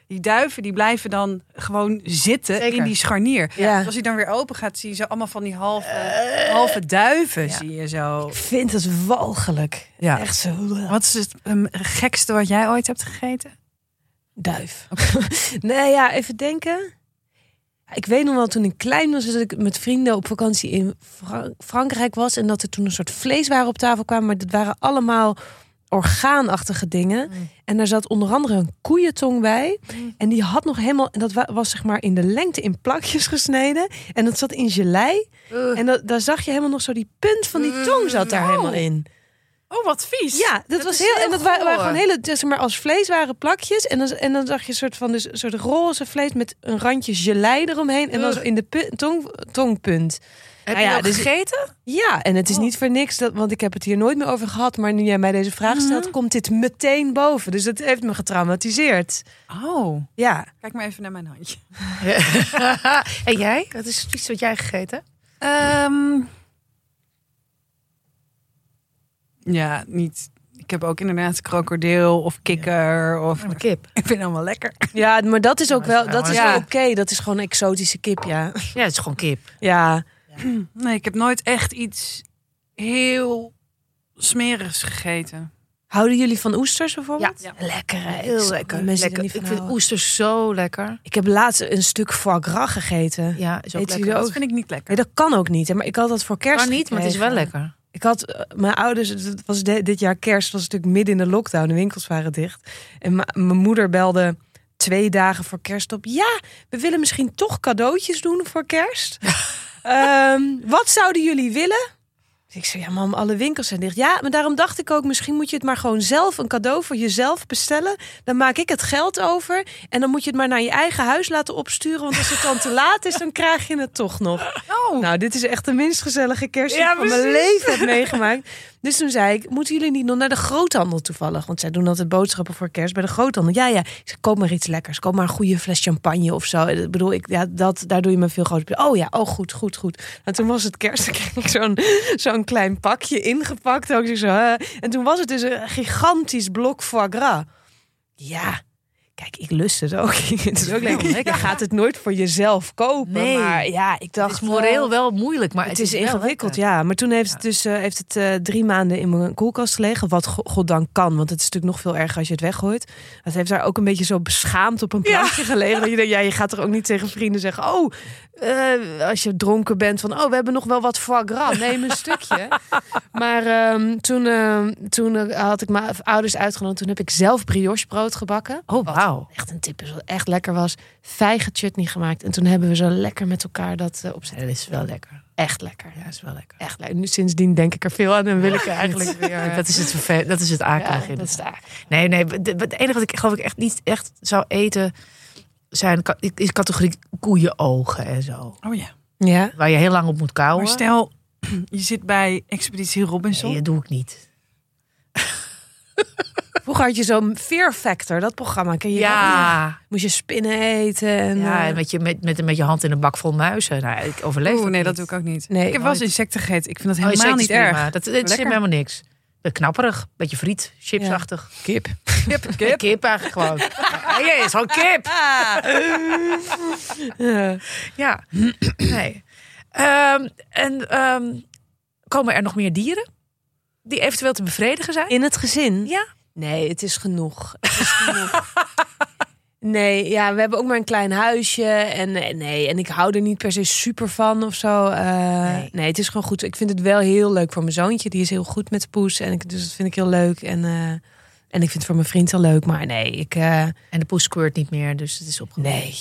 die duiven die blijven dan gewoon zitten
Zeker.
in die scharnier.
Ja.
Dus als die dan weer open gaat, zie je zo allemaal van die halve, halve duiven,
Ja.
zie je zo.
Ik vind het walgelijk.
Ja.
Echt zo.
Wat is het ehm, gekste wat jij ooit hebt gegeten?
Duif. nee, ja, even denken. Ik weet nog wel, toen ik klein was, dat ik met vrienden op vakantie in Fra- Frankrijk was. En dat er toen een soort vleeswaren op tafel kwamen. Maar dat waren allemaal orgaanachtige dingen.
Mm.
En daar zat onder andere een koeientong bij. En die had nog helemaal, en dat wa- was zeg maar in de lengte in plakjes gesneden. En dat zat in gelei. En dat, daar zag je helemaal nog zo die punt van die tong zat daar helemaal in.
Oh, wat vies.
Ja, dat,
Dat
was
is
heel.
heel
En dat waren,
goor.
waren gewoon hele. Zeg maar als vlees waren plakjes. En dan, en dan zag je een soort van. Dus een soort roze vlees met een randje gelei eromheen. En dan
Ugh.
zo in de pu- tong, tongpunt.
Heb
ja,
je dat
dus-
gegeten?
Ja, en het is
Oh.
niet voor niks. Dat, want ik heb het hier nooit meer over gehad. Maar nu jij mij deze vraag stelt, komt dit meteen boven. Dus dat heeft me getraumatiseerd.
Oh,
Ja.
kijk maar even naar mijn handje.
en jij? Dat is iets wat jij gegeten hebt?
Ehm, ja, niet. Ik heb ook inderdaad krokodil of kikker. Of,
Een kip.
ik vind het allemaal lekker.
Ja, maar dat is ook
maar dat
wel.
is
Dat is
trouwens-
wel oké. Dat is gewoon een exotische kip. Ja.
Ja, het is gewoon kip.
Ja.
Nee, ik heb nooit echt iets heel smerigs gegeten.
Houden jullie van oesters bijvoorbeeld?
Ja.
Lekker, hè? heel lekker. Mensen die er niet van
Ik vind
houden.
oesters zo lekker.
Ik heb laatst een stuk foie gras gegeten.
Ja, is ook
Eet jullie
lekker.
ook?
Dat vind ik niet lekker.
Nee, dat kan ook niet. Hè? Maar ik had dat voor kerst
Kan niet, maar het is wel
gekregen.
lekker.
Ik had eh, mijn ouders, het was de- dit jaar kerst, was natuurlijk midden in de lockdown. De winkels waren dicht. En ma- mijn moeder belde twee dagen voor kerst op. Ja, we willen misschien toch cadeautjes doen voor kerst. Ehm, wat zouden jullie willen? Dus ik zei, ja mam, alle winkels zijn dicht. Ja, maar daarom dacht ik ook, misschien moet je het maar gewoon zelf een cadeau voor jezelf bestellen. Dan maak ik het geld over. En dan moet je het maar naar je eigen huis laten opsturen. Want als het dan te laat is, dan krijg je het toch nog. Nou, dit is echt de minst gezellige kerst die
Ja,
ik van mijn leven heb meegemaakt. Dus toen zei ik, moeten jullie niet nog naar de groothandel toevallig? Want zij doen altijd boodschappen voor kerst bij de groothandel. Ja, ja. Ik zei, koop maar iets lekkers. Koop maar een goede fles champagne of zo. Ik bedoel, ik, ja, dat, daar doe je me veel groter. Oh ja, oh goed, goed, goed. En toen was het kerst. Toen kreeg ik zo'n zo'n klein pakje ingepakt. Ook zo, hè. En toen was het dus een gigantisch blok foie gras. Ja. Kijk, ik lust het ook. het is ook lekker. Je gaat het nooit voor jezelf kopen.
Nee.
Maar ja, ik dacht... eh,
Het
wel-
is moreel wel moeilijk, maar
het, is,
wel
ingewikkeld,
lekker.
ja. Maar toen heeft het dus eh, heeft het, eh, drie maanden in mijn koelkast gelegen. Wat go- goddank kan, want het is natuurlijk nog veel erger als je het weggooit. Het heeft daar ook een beetje zo beschaamd op een plaatje gelegen. Dat je denkt, ja, je gaat er ook niet tegen vrienden zeggen... oh, eh, als je dronken bent van... oh, we hebben nog wel wat foie gras, neem een stukje. Maar ehm, toen, ehm, toen eh, had ik mijn ouders uitgenodigd. Toen heb ik zelf briochebrood gebakken.
Oh, wauw.
Echt een tip, is wat echt lekker was. Vijgen chutney gemaakt. En toen hebben we zo lekker met elkaar dat eh, op
Ja, Dat is wel lekker.
Echt lekker.
Ja, dat is wel lekker.
Echt leuk. Nu sindsdien denk ik er veel aan en wil ik er eigenlijk weer. eh,
Dat is het, verve- dat is het
ja,
akelige.
dat is daar.
Nee, nee. maar de- maar Het enige wat ik geloof ik echt niet echt zou eten zijn ka- is categorie koeienogen en zo.
Oh ja.
Ja.
Waar je heel lang op moet
Maar
kauwen.
stel, je zit bij Expeditie Robinson.
Nee, dat doe ik niet.
Vroeger had je zo'n Fear Factor, dat programma. Ken je dat?
Ja,
Moest je spinnen eten. En,
ja
eh,
en met, je, met, met, met je hand in een bak vol muizen. Nou, ik overleef
Oeh,
dat
nee, oh.
niet.
dat doe ik ook niet.
Nee,
ik heb wel eens insecten gegeten. Ik vind dat
Oh,
helemaal
insecten
niet
is prima.
erg.
Dat, het zit
Lekker.
me helemaal niks. Eh, Knapperig. Beetje friet, chipsachtig.
kip.
Kip,
Kip.
kip.
kip eigenlijk gewoon. Ja, is gewoon kip.
Ja.
Ja, nee. Ehm, en ehm, komen er nog meer dieren die eventueel te bevredigen zijn?
In het gezin?
Ja.
Nee, het is genoeg. Het is genoeg. Nee, ja, we hebben ook maar een klein huisje. En eh, nee, en ik hou er niet per se super van of zo. Eh, nee.
Nee.
het is gewoon goed. Ik vind het wel heel leuk voor mijn zoontje. Die is heel goed met poes. En ik, dus dat vind ik heel leuk. En, eh, en ik vind het voor mijn vriend heel leuk. Maar nee, ik. eh,
En de poes squirt niet meer, dus het is opgelost.
nee.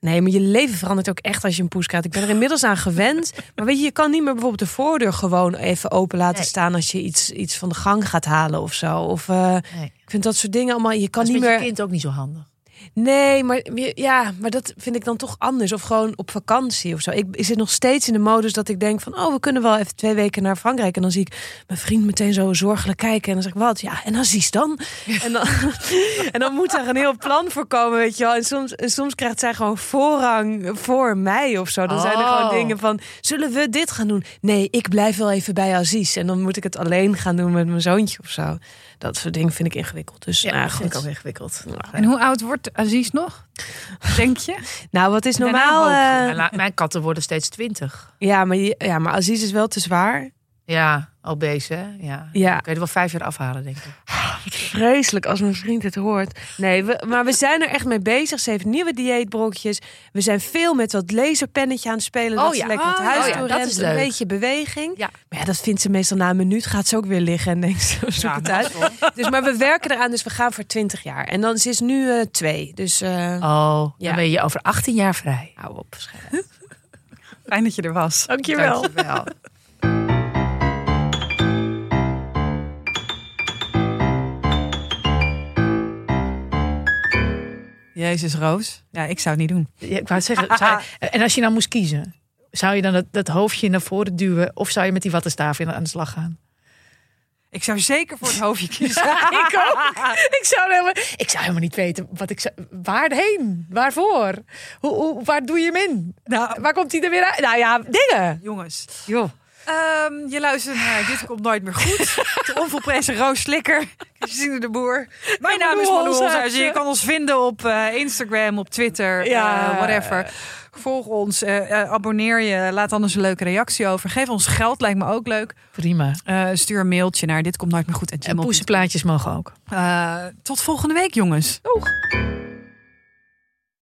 Nee, maar je leven verandert ook echt als je een poes krijgt. Ik ben er inmiddels aan gewend. Maar weet je, je kan niet meer bijvoorbeeld de voordeur gewoon even open laten
Nee.
staan als je iets, iets van de gang gaat halen of zo. Of eh,
Nee.
ik vind dat soort dingen allemaal. Je kan
Dat
niet
is met
meer.
je kind ook niet zo handig.
Nee, maar je- ja, maar dat vind ik dan toch anders. Of gewoon op vakantie of zo. Ik zit nog steeds in de modus dat ik denk van, oh, we kunnen wel even twee weken naar Frankrijk. En dan zie ik mijn vriend meteen zo zorgelijk kijken en dan zeg ik wat, ja, en Aziz dan. En dan, en dan moet daar een heel plan voor komen, weet je wel. En soms, en soms krijgt zij gewoon voorrang voor mij of zo. Dan zijn er gewoon
Oh.
dingen van, zullen we dit gaan doen? Nee, ik blijf wel even bij Aziz. En dan moet ik het alleen gaan doen met mijn zoontje of zo. Dat soort dingen vind ik ingewikkeld. Dus nou,
dat vind ik
goed.
ook ingewikkeld.
En hoe oud wordt Aziz nog? Denk je?
Nou, wat is
Daarna
normaal...
hopen.
eh,
Mijn, la- mijn katten worden steeds twintig.
Ja, maar, je- ja, maar Aziz is wel te zwaar.
Ja, obese, hè? Ja.
Ja,
Kun je er wel vijf jaar afhalen, denk ik.
vreselijk als mijn vriend het hoort. Nee, we, maar we zijn er echt mee bezig. Ze heeft nieuwe dieetbrokjes. We zijn veel met dat laserpennetje aan het spelen.
Oh
dat ze
ja.
lekker het
Oh
huis
ja,
toe
dat
rent.
is
Een
leuk.
beetje beweging.
Ja.
Maar ja, dat vindt ze meestal na een minuut. Gaat ze ook weer liggen en denkt ze, zoek het uit. Dus, maar we werken eraan, dus we gaan voor 20 jaar. En dan, ze is nu eh, twee. Dus eh
Oh,
Ja.
dan ben je over 18 jaar vrij.
hou op. schat.
Fijn dat je er was.
Dankjewel. Dankjewel.
Jezus, Roos. Ja, ik zou het niet doen.
Ja, ik wou het zeggen. zou- en als je nou moest kiezen, zou je dan dat, dat hoofdje naar voren duwen of zou je met die wattenstaaf in- aan de slag gaan?
Ik zou zeker voor het hoofdje kiezen.
ik ook. Ik zou, helemaal, ik zou helemaal niet weten wat ik zou, waarheen, waarvoor, hoe, hoe, waar doe je hem in?
nou,
Waar komt hij er weer uit? Nou ja, dingen.
jongens.
Joh.
Ehm, je luistert naar Dit Komt Nooit Meer Goed. De onvolprezen Roos Slikker. Christine de Boer. Mijn naam is Manu
Holzhuizen.
Holzhuizen. Je kan ons vinden op eh, Instagram, op Twitter,
Ja.
eh, whatever. Volg ons, eh, eh, abonneer je. Laat anders een leuke reactie over. Geef ons geld, lijkt me ook leuk.
Prima.
Eh, stuur een mailtje naar Dit Komt Nooit Meer Goed.
En poesenplaatjes mogen ook.
tot Eh, volgende week, jongens.
Doeg.